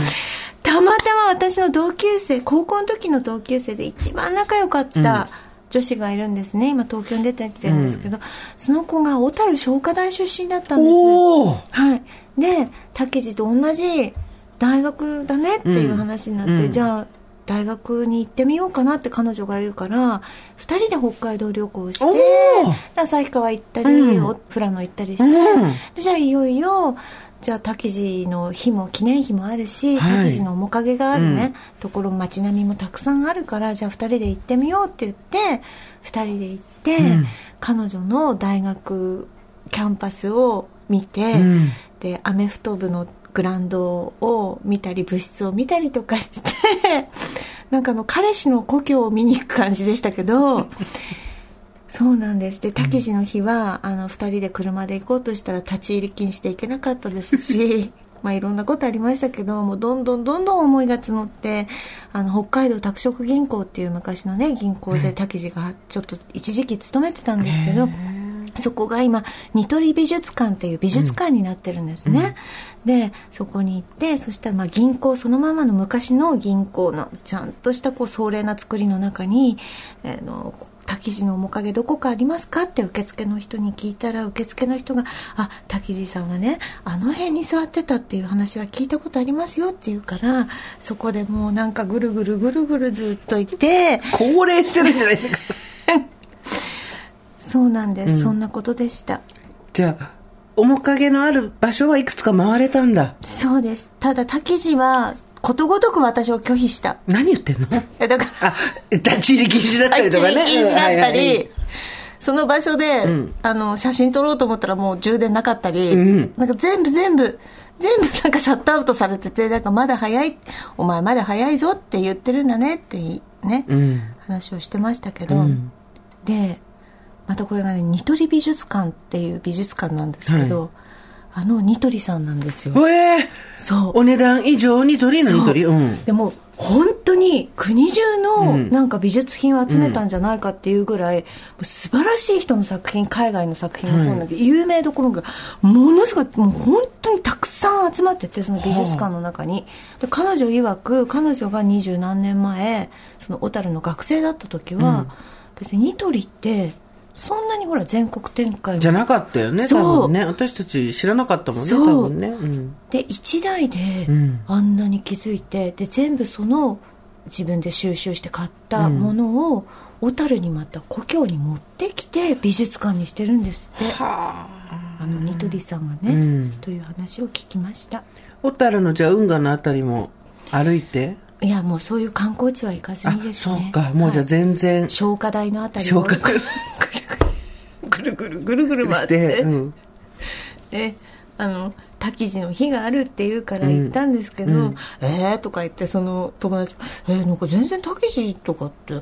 [SPEAKER 3] たまたま私の同級生高校の時の同級生で一番仲良かった女子がいるんですね、今東京に出てきてるんですけど、その子が小樽商科大出身だったんです
[SPEAKER 2] おお。
[SPEAKER 3] はい、で武次と同じ大学だねっていう話になって、
[SPEAKER 2] うんうん
[SPEAKER 3] じゃあ大学に行ってみようかなって彼女が言うから2人で北海道旅行して
[SPEAKER 2] お
[SPEAKER 3] で旭川行ったり、
[SPEAKER 2] うん
[SPEAKER 3] お富良野行ったりして、
[SPEAKER 2] うん
[SPEAKER 3] でじゃあいよいよじゃあ滝地の日も記念碑もあるし、
[SPEAKER 2] はい
[SPEAKER 3] 滝地の面影があるね、ところ街並みもたくさんあるからじゃあ2人で行ってみようって言って2人で行って、
[SPEAKER 2] うん
[SPEAKER 3] 彼女の大学キャンパスを見て、
[SPEAKER 2] うん
[SPEAKER 3] でアメフト部のグラウンドを見たり部室を見たりとかして (laughs) なんかあの彼氏の故郷を見に行く感じでしたけどそうなんですでたけしの日は、あの2人で車で行こうとしたら立ち入り禁止で行けなかったですしまあいろんなことありましたけどもうどんどんどんどん思いが募ってあの北海道拓殖銀行っていう昔のね銀行でたけしがちょっと一時期勤めてたんですけど。そこが今ニトリ美術館っていう美術館になってるんですね、でそこに行ってそしたらまあ銀行そのままの昔の銀行のちゃんとしたこう壮麗な作りの中に「あの滝地の面影どこかありますか?」って受付の人に聞いたら受付の人が「あ滝地さんはねあの辺に座ってたっていう話は聞いたことありますよ」って言うからそこでもうなんかぐるぐるぐるぐるずっといて。
[SPEAKER 2] 高齢してるんじゃないか。
[SPEAKER 3] そうなんです、そんなことでした
[SPEAKER 2] じゃあ、面影のある場所はいくつか回れたんだ。
[SPEAKER 3] そうですただたけしはことごとく私を拒否した
[SPEAKER 2] 何言ってんの
[SPEAKER 3] えだか
[SPEAKER 2] あ、立ち入り禁止だっ
[SPEAKER 3] ら
[SPEAKER 2] たり
[SPEAKER 3] 立
[SPEAKER 2] と
[SPEAKER 3] ち入
[SPEAKER 2] か
[SPEAKER 3] (laughs)
[SPEAKER 2] ね。
[SPEAKER 3] り禁止だった
[SPEAKER 2] うんはいはい
[SPEAKER 3] りその場所で、あの写真撮ろうと思ったらもう充電なかったり、なんか全部全部全部なんかシャットアウトされててなんかまだ早いお前まだ早いぞって言ってるんだねっていね、話をしてましたけど、でまたこれがねニトリ美術館っていう美術館なんですけど、あのニトリさんなんですよ
[SPEAKER 2] うえー
[SPEAKER 3] そう
[SPEAKER 2] お値段以上に鳥のニトリ。
[SPEAKER 3] そう
[SPEAKER 2] うん。
[SPEAKER 3] でも本当に国中のなんか美術品を集めたんじゃないかっていうぐらい、もう素晴らしい人の作品海外の作品もそうなんだけど、有名どころがものすごいもう本当にたくさん集まっててその美術館の中に、で彼女曰く彼女が二十何年前その小樽の学生だった時は、別にニトリってそんなにほら全国展開も
[SPEAKER 2] じゃなかったよね、
[SPEAKER 3] そう
[SPEAKER 2] 多分ね。私たち知らなかったもんね、多
[SPEAKER 3] そう
[SPEAKER 2] 分ね。うん。
[SPEAKER 3] で1台で
[SPEAKER 2] ん
[SPEAKER 3] あんなに気づいて、で全部その自分で収集して買ったものを小樽、にまた故郷に持ってきて美術館にしてるんですってあのニトリさんがね、という話を聞きました
[SPEAKER 2] 小樽のじゃあ運河のあたりも歩いて。
[SPEAKER 3] いやもうそういう観光地は行かず
[SPEAKER 2] あ
[SPEAKER 3] に、です
[SPEAKER 2] そ
[SPEAKER 3] ね
[SPEAKER 2] うか。もうじゃ
[SPEAKER 3] は
[SPEAKER 2] あ
[SPEAKER 3] い
[SPEAKER 2] 全然。
[SPEAKER 3] 消化台のあたりを
[SPEAKER 2] 消化台
[SPEAKER 3] ぐるぐるぐるぐるぐるぐる回っ
[SPEAKER 2] して、
[SPEAKER 3] て
[SPEAKER 2] うん。
[SPEAKER 3] であの滝地の日があるって言うから行ったんですけど「えー」とか言ってその友達も「えー、なんか全然滝地とかって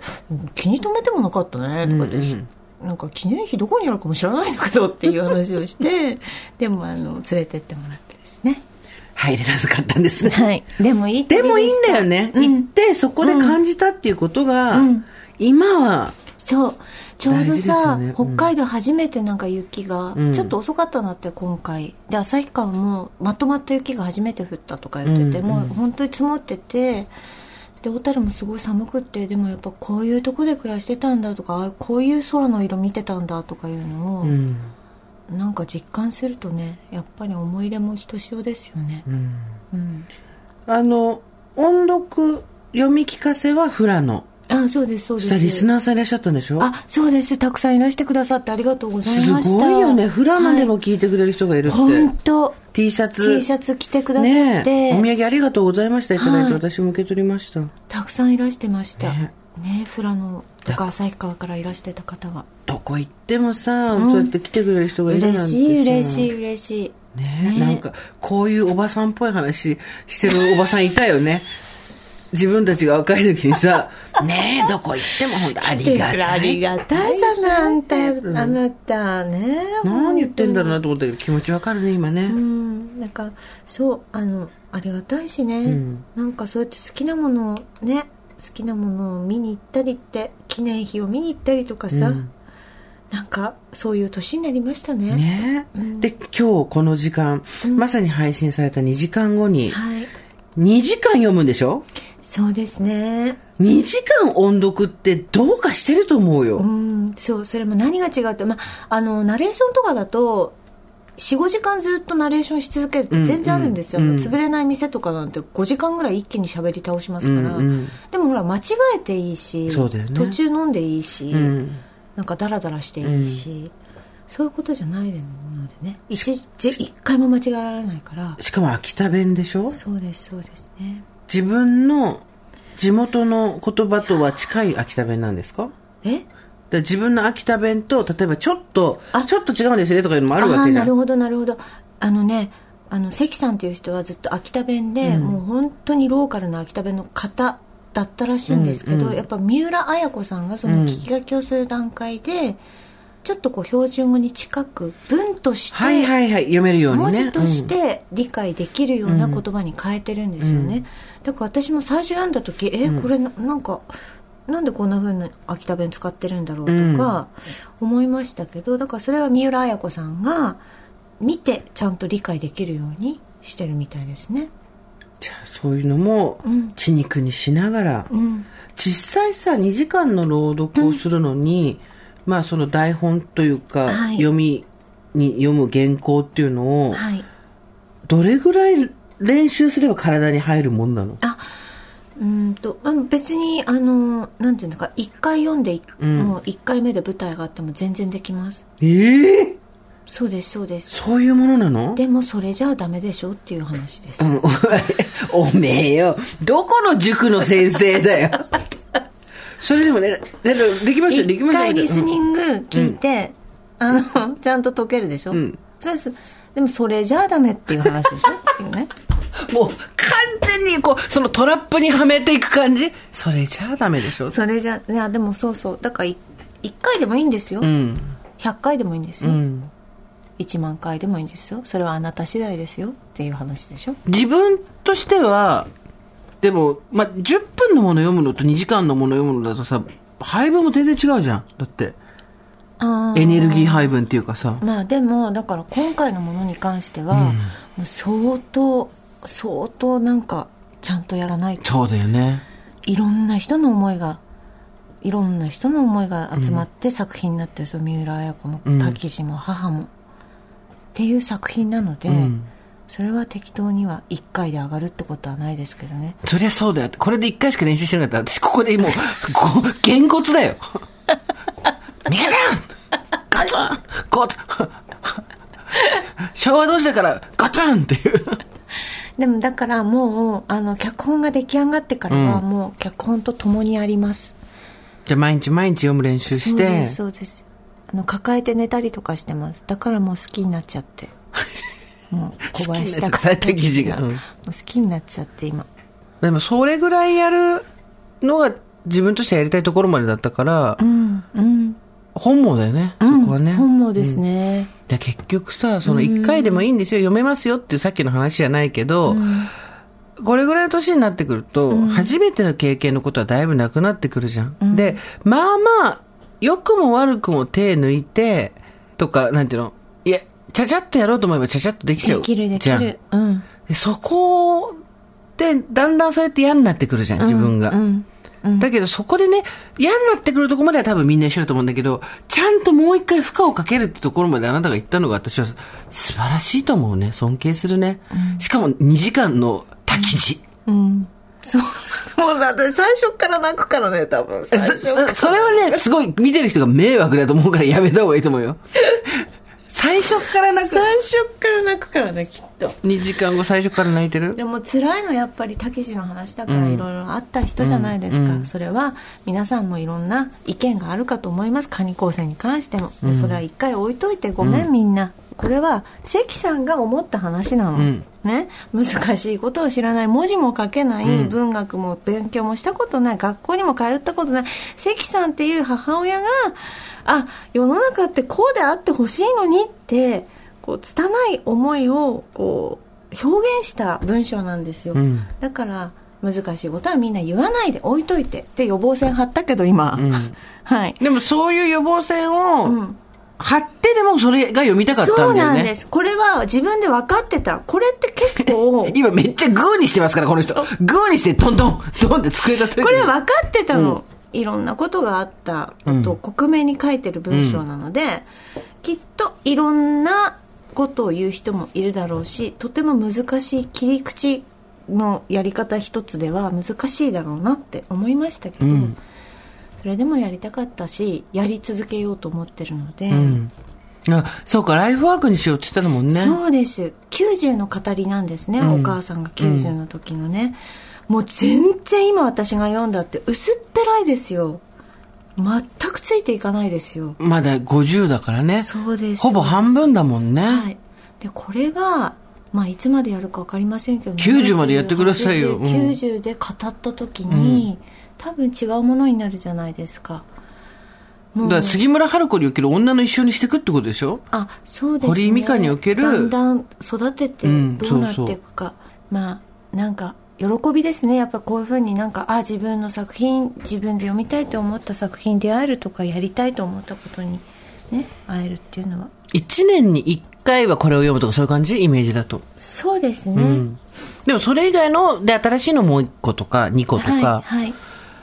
[SPEAKER 3] 気に留めてもなかったね」とか言って、なんか記念碑どこにあるかも知らないんだけど」っていう話をしてでもあの連れてってもらってですね
[SPEAKER 2] 入れなかったんですね。
[SPEAKER 3] はいでもいい
[SPEAKER 2] でもいいんだよね、
[SPEAKER 3] うん
[SPEAKER 2] 行ってそこで感じたっていうことが、今は
[SPEAKER 3] そうちょうど
[SPEAKER 2] 大事ですよ
[SPEAKER 3] さ、
[SPEAKER 2] ねう
[SPEAKER 3] 北
[SPEAKER 2] ん
[SPEAKER 3] 海道初めてなんか雪が、
[SPEAKER 2] うん
[SPEAKER 3] ちょっと遅かったなって今回で旭川もまとまった雪が初めて降ったとか言ってて、
[SPEAKER 2] うん
[SPEAKER 3] もう本当に積もっててで小樽もすごい寒くってでもやっぱこういうとこで暮らしてたんだとかあこういう空の色見てたんだとかいうのを、
[SPEAKER 2] うん、
[SPEAKER 3] なんか実感するとねやっぱり思い入れもひとしおですよね、うん
[SPEAKER 2] あの音読読み聞かせはフラの
[SPEAKER 3] あそうですそうで
[SPEAKER 2] そした
[SPEAKER 3] す
[SPEAKER 2] らリスナーさんいらっしゃったんでしょ
[SPEAKER 3] あそうですたくさんいらしてくださってありがとうござい
[SPEAKER 2] す
[SPEAKER 3] ました
[SPEAKER 2] ごいよねフラので
[SPEAKER 3] はい
[SPEAKER 2] も聞いてくれる人がいるって、
[SPEAKER 3] 本当
[SPEAKER 2] T シャツ
[SPEAKER 3] T シャツ着てくださ
[SPEAKER 2] ね
[SPEAKER 3] って、
[SPEAKER 2] えお土産ありがとうございましたいただいて、
[SPEAKER 3] はい
[SPEAKER 2] 私も受け取りました
[SPEAKER 3] たくさんいらしてました
[SPEAKER 2] ね
[SPEAKER 3] ね富良野とか旭川からいらしてた方が
[SPEAKER 2] どこ行ってもさ、そうやって来てくれる人がいるなんて
[SPEAKER 3] 嬉
[SPEAKER 2] さ
[SPEAKER 3] しい嬉しい嬉しい
[SPEAKER 2] ね
[SPEAKER 3] ね
[SPEAKER 2] なんかこういうおばさんっぽい話してるおばさんいたよ
[SPEAKER 3] (laughs)
[SPEAKER 2] ね自分たちが若い時にさ「ねえどこ行っても本当ありがた
[SPEAKER 3] あり
[SPEAKER 2] い」
[SPEAKER 3] がたいじゃないあんた、あなたね
[SPEAKER 2] 何言ってんだろうなと思ったけど気持ちわかるね今ね、
[SPEAKER 3] うんなんかそうあのありがたいしね、
[SPEAKER 2] ん
[SPEAKER 3] なんかそうやって好きなものをね好きなものを見に行ったりって記念碑を見に行ったりとかさ、
[SPEAKER 2] うん
[SPEAKER 3] なんかそういう年になりましたね
[SPEAKER 2] ねえで今日この時間、まさに配信された2時間後に
[SPEAKER 3] はい
[SPEAKER 2] 2時間読むんでしょ
[SPEAKER 3] そうですね
[SPEAKER 2] 2時間音読ってどうかしてると思うよ、
[SPEAKER 3] うんそうそれも何が違うって、まあ、あのナレーションとかだと45時間ずっとナレーションし続けるって全然あるんですよ、
[SPEAKER 2] うんうん
[SPEAKER 3] あの潰れない店とかなんて5時間ぐらい一気に喋り倒しますから、
[SPEAKER 2] うんうん
[SPEAKER 3] でもほら間違えていいし、
[SPEAKER 2] そうだよね
[SPEAKER 3] 途中飲んでいいし、
[SPEAKER 2] うん
[SPEAKER 3] なんかダラダラしていいし、そういうことじゃないのでね一時一回も間違えられないから
[SPEAKER 2] しかも秋田弁でしょ
[SPEAKER 3] そうですそうですね
[SPEAKER 2] 自分の地元の言葉とは近い秋田弁なんですか
[SPEAKER 3] え
[SPEAKER 2] で自分の秋田弁と例えばちょっと
[SPEAKER 3] あ
[SPEAKER 2] ちょっと違うんですよねとかいうのもあるわ
[SPEAKER 3] あ
[SPEAKER 2] け
[SPEAKER 3] ー
[SPEAKER 2] じゃ
[SPEAKER 3] なる
[SPEAKER 2] ん
[SPEAKER 3] ほどなるほどあのねあの関さんという人はずっと秋田弁で、もう本当にローカルな秋田弁の方だったらしいんですけど、やっぱ三浦綾子さんがその聞き書きをする段階で、ちょっとこう標準語に近く文として、
[SPEAKER 2] はいはいはい読めるようにね
[SPEAKER 3] 文字として理解できるような言葉に変えてるんですよね、だから私も最初読んだ時えこれななんかなんでこんな風に秋田弁使ってるんだろうとか思いましたけどだからそれは三浦綾子さんが見てちゃんと理解できるようにしてるみたいですね
[SPEAKER 2] うんじゃあそういうのも血肉にしながら、
[SPEAKER 3] うん
[SPEAKER 2] 実際さ2時間の朗読をするのに、まあその台本というか、
[SPEAKER 3] はい
[SPEAKER 2] 読みに読む原稿っていうのを
[SPEAKER 3] はい
[SPEAKER 2] どれぐらい練習すれば体に入るもんなの
[SPEAKER 3] うんとあの別にあのなんていうのか一回読んで、もう一回目で舞台があっても全然できます
[SPEAKER 2] ええ
[SPEAKER 3] そうですそうです
[SPEAKER 2] そういうものなの
[SPEAKER 3] でもそれじゃダメでしょっていう話です
[SPEAKER 2] うんお前おめえよ。どこの塾の先生だよ。それでもね、だからできましたよ、でき
[SPEAKER 3] 一
[SPEAKER 2] ました
[SPEAKER 3] 回
[SPEAKER 2] よ。
[SPEAKER 3] リスニ
[SPEAKER 2] うん
[SPEAKER 3] ング聞いて、あのちゃんと解けるでしょ、
[SPEAKER 2] ん
[SPEAKER 3] そうですでもそれじゃダメっていう話でしょっていうね
[SPEAKER 2] もう完全にこう、そのトラップにはめていく感じ。それじゃあダメでしょ。
[SPEAKER 3] それじゃいやでもそうそうだからい一回でもいいんですよ、
[SPEAKER 2] うん。
[SPEAKER 3] 100回でもいいんです
[SPEAKER 2] う
[SPEAKER 3] よ、
[SPEAKER 2] ん。
[SPEAKER 3] 1万回でもいいんですよそれはあなた次第ですよっていう話でしょ
[SPEAKER 2] 自分としては、でも、まあ、10分のもの読むのと2時間のもの読むのだとさ、配分も全然違うじゃん。だって、
[SPEAKER 3] あ
[SPEAKER 2] エネルギー配分っていうかさ。
[SPEAKER 3] まあでもだから今回のものに関しては、もう相当相当なんかちゃんとやらないと
[SPEAKER 2] そうだよね。
[SPEAKER 3] いろんな人の思いがいろんな人の思いが集まって作品になってる、その三浦綾子も
[SPEAKER 2] うん
[SPEAKER 3] 滝路も母も、っていう作品なので、
[SPEAKER 2] うん
[SPEAKER 3] それは適当には1回で上がるってことはないですけどね
[SPEAKER 2] そりゃそうだよ。これで一回しか練習してなかったら、私ここでもう、こう、げんこつだよ。みかガツンゴツン昭和同士だから、ガツンっていう。
[SPEAKER 3] でもだからもうあの脚本が出来上がってからはもう脚本と共にあります、
[SPEAKER 2] じゃあ毎日毎日読む練習
[SPEAKER 3] そ
[SPEAKER 2] し
[SPEAKER 3] う
[SPEAKER 2] て
[SPEAKER 3] で、すそうですあの抱えて寝たりとかしてますだからもう好きになっちゃって
[SPEAKER 2] (laughs)
[SPEAKER 3] もう小林
[SPEAKER 2] 好きになっち
[SPEAKER 3] 高
[SPEAKER 2] ゃった記事がうん
[SPEAKER 3] もう好きになっちゃって今
[SPEAKER 2] でもそれぐらいやるのが自分としてやりたいところまでだったから、
[SPEAKER 3] うんうん
[SPEAKER 2] 本望だよね、そこはね。
[SPEAKER 3] 本望ですね、
[SPEAKER 2] で結局さ、その一回でもいいんですよ、読めますよっていうさっきの話じゃないけど、これぐらいの年になってくると、初めての経験のことはだいぶなくなってくるじゃん。で、まあまあ、良くも悪くも手抜いて、とか、なんていうの、いや、ちゃちゃっとやろうと思えばちゃちゃっとできちゃ
[SPEAKER 3] で
[SPEAKER 2] う。
[SPEAKER 3] きるでき
[SPEAKER 2] じゃん
[SPEAKER 3] るうん
[SPEAKER 2] でそこで、だんだんそれって嫌になってくるじゃん、自分が。
[SPEAKER 3] うん
[SPEAKER 2] だけどそこでね、嫌になってくるところまでは多分みんな一緒だと思うんだけど、ちゃんともう一回負荷をかけるってところまであなたが言ったのが私は素晴らしいと思うね。尊敬するね。しかも2時間の滝地。
[SPEAKER 3] うんそう (laughs) もうだって最初から泣くからね多
[SPEAKER 2] (laughs)
[SPEAKER 3] 分最
[SPEAKER 2] そ
[SPEAKER 3] 初から
[SPEAKER 2] それはね、すごい見てる人が迷惑だと思うからやめた方がいいと思うよ。最初から泣く。
[SPEAKER 3] 最初から泣くからねきっと
[SPEAKER 2] 2時間後最初から泣いてる
[SPEAKER 3] でも辛いのやっぱりたけしの話だからいろいろあった人じゃないですか、それは皆さんもいろんな意見があるかと思いますカニ構成に関しても、でそれは一回置いといてごめん、みんなこれは関さんが思った話なの、
[SPEAKER 2] ん
[SPEAKER 3] ね、難しいことを知らない文字も書けない、文学も勉強もしたことない学校にも通ったことない関さんっていう母親があ世の中ってこうであってほしいのにってこう拙い思いをこう表現した文章なんですよ、
[SPEAKER 2] ん
[SPEAKER 3] だから難しいことはみんな言わないで置いといてで予防線張ったけど今、 (laughs) はい
[SPEAKER 2] でもそういう予防線
[SPEAKER 3] う
[SPEAKER 2] を
[SPEAKER 3] ん
[SPEAKER 2] 張ってでもそれが読みたかったん
[SPEAKER 3] そ
[SPEAKER 2] だよ
[SPEAKER 3] う
[SPEAKER 2] ね。
[SPEAKER 3] なんですこれは自分で分かってたこれって結
[SPEAKER 2] (laughs)
[SPEAKER 3] 構
[SPEAKER 2] 今めっちゃグーにしてますから、この人。グーにして、トントン、トンって机叩いて
[SPEAKER 3] (laughs)
[SPEAKER 2] る。
[SPEAKER 3] これ分かってたの、いろんなことがあったことを克明に書いてる文章なので、きっといろんなことを言う人もいるだろうしとても難しい切り口のやり方一つでは難しいだろうなって思いましたけど、
[SPEAKER 2] ん
[SPEAKER 3] それでもやりたかったしやり続けようと思ってるので、
[SPEAKER 2] うん。あ、そうか、ライフワークにしようって言ったのもんね。
[SPEAKER 3] そうです90の語りなんですね、
[SPEAKER 2] ん
[SPEAKER 3] お母さんが90の時のね、もう全然今私が読んだって薄っぺらいですよ全くついていかないですよ
[SPEAKER 2] まだ50だからね。
[SPEAKER 3] そうです
[SPEAKER 2] ほぼ半分だもんね。
[SPEAKER 3] はいでこれがまあいつまでやるか分かりませんけど
[SPEAKER 2] 90までやってくださいようん
[SPEAKER 3] 70 90で語った時に、多分違うものになるじゃないですかも
[SPEAKER 2] だ
[SPEAKER 3] う
[SPEAKER 2] から杉村春子における女の一生にしていくってことでしょ
[SPEAKER 3] あそうですね
[SPEAKER 2] 堀井美香における
[SPEAKER 3] だんだん育てて
[SPEAKER 2] うん
[SPEAKER 3] どうなっていくか、まあなんか喜びですねやっぱこういうふうになんかあ自分の作品自分で読みたいと思った作品に出会えるとかやりたいと思ったことにね会えるっていうのは
[SPEAKER 2] 1年に1回はこれを読むとかそういう感じイメージだと。
[SPEAKER 3] そうですね、
[SPEAKER 2] うん。でもそれ以外の、で、新しいのもう1個とか2個とか。
[SPEAKER 3] はいはい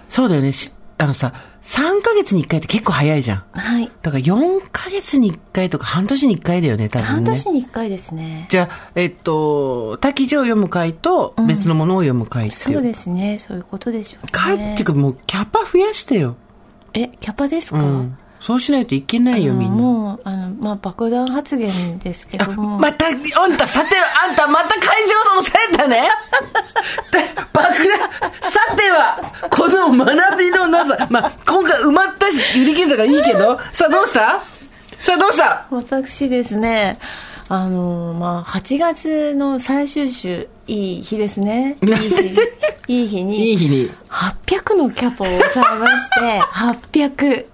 [SPEAKER 2] そうだよね。しあのさ、3ヶ月に1回って結構早いじゃん。
[SPEAKER 3] はい
[SPEAKER 2] だから4ヶ月に1回とか半年に1回だよね、多分ね。
[SPEAKER 3] 半年に1回ですね
[SPEAKER 2] じゃあ、えっと、滝字を読む回と別のものを読む回っていう。
[SPEAKER 3] そうですねそういうことでしょうね
[SPEAKER 2] 回っていうかもうキャパ増やしてよ。
[SPEAKER 3] えキャパですか、
[SPEAKER 2] うんそうしないといけないよ、みんな。
[SPEAKER 3] もうあの、まあ、爆弾発言ですけど
[SPEAKER 2] (laughs)
[SPEAKER 3] も、
[SPEAKER 2] また、あんた、さて、あんた、また会場のせいだね。で爆弾、さては、この学びのなさ。まあ、今回埋まったし、売り切れたからいいけど、さあどうしたさあどうした
[SPEAKER 3] 私ですねあのまあ8月の最終週いい日ですねいい
[SPEAKER 2] (laughs)
[SPEAKER 3] 日いい日
[SPEAKER 2] いい
[SPEAKER 3] に
[SPEAKER 2] 日に。
[SPEAKER 3] 800のキャパを抑えまして800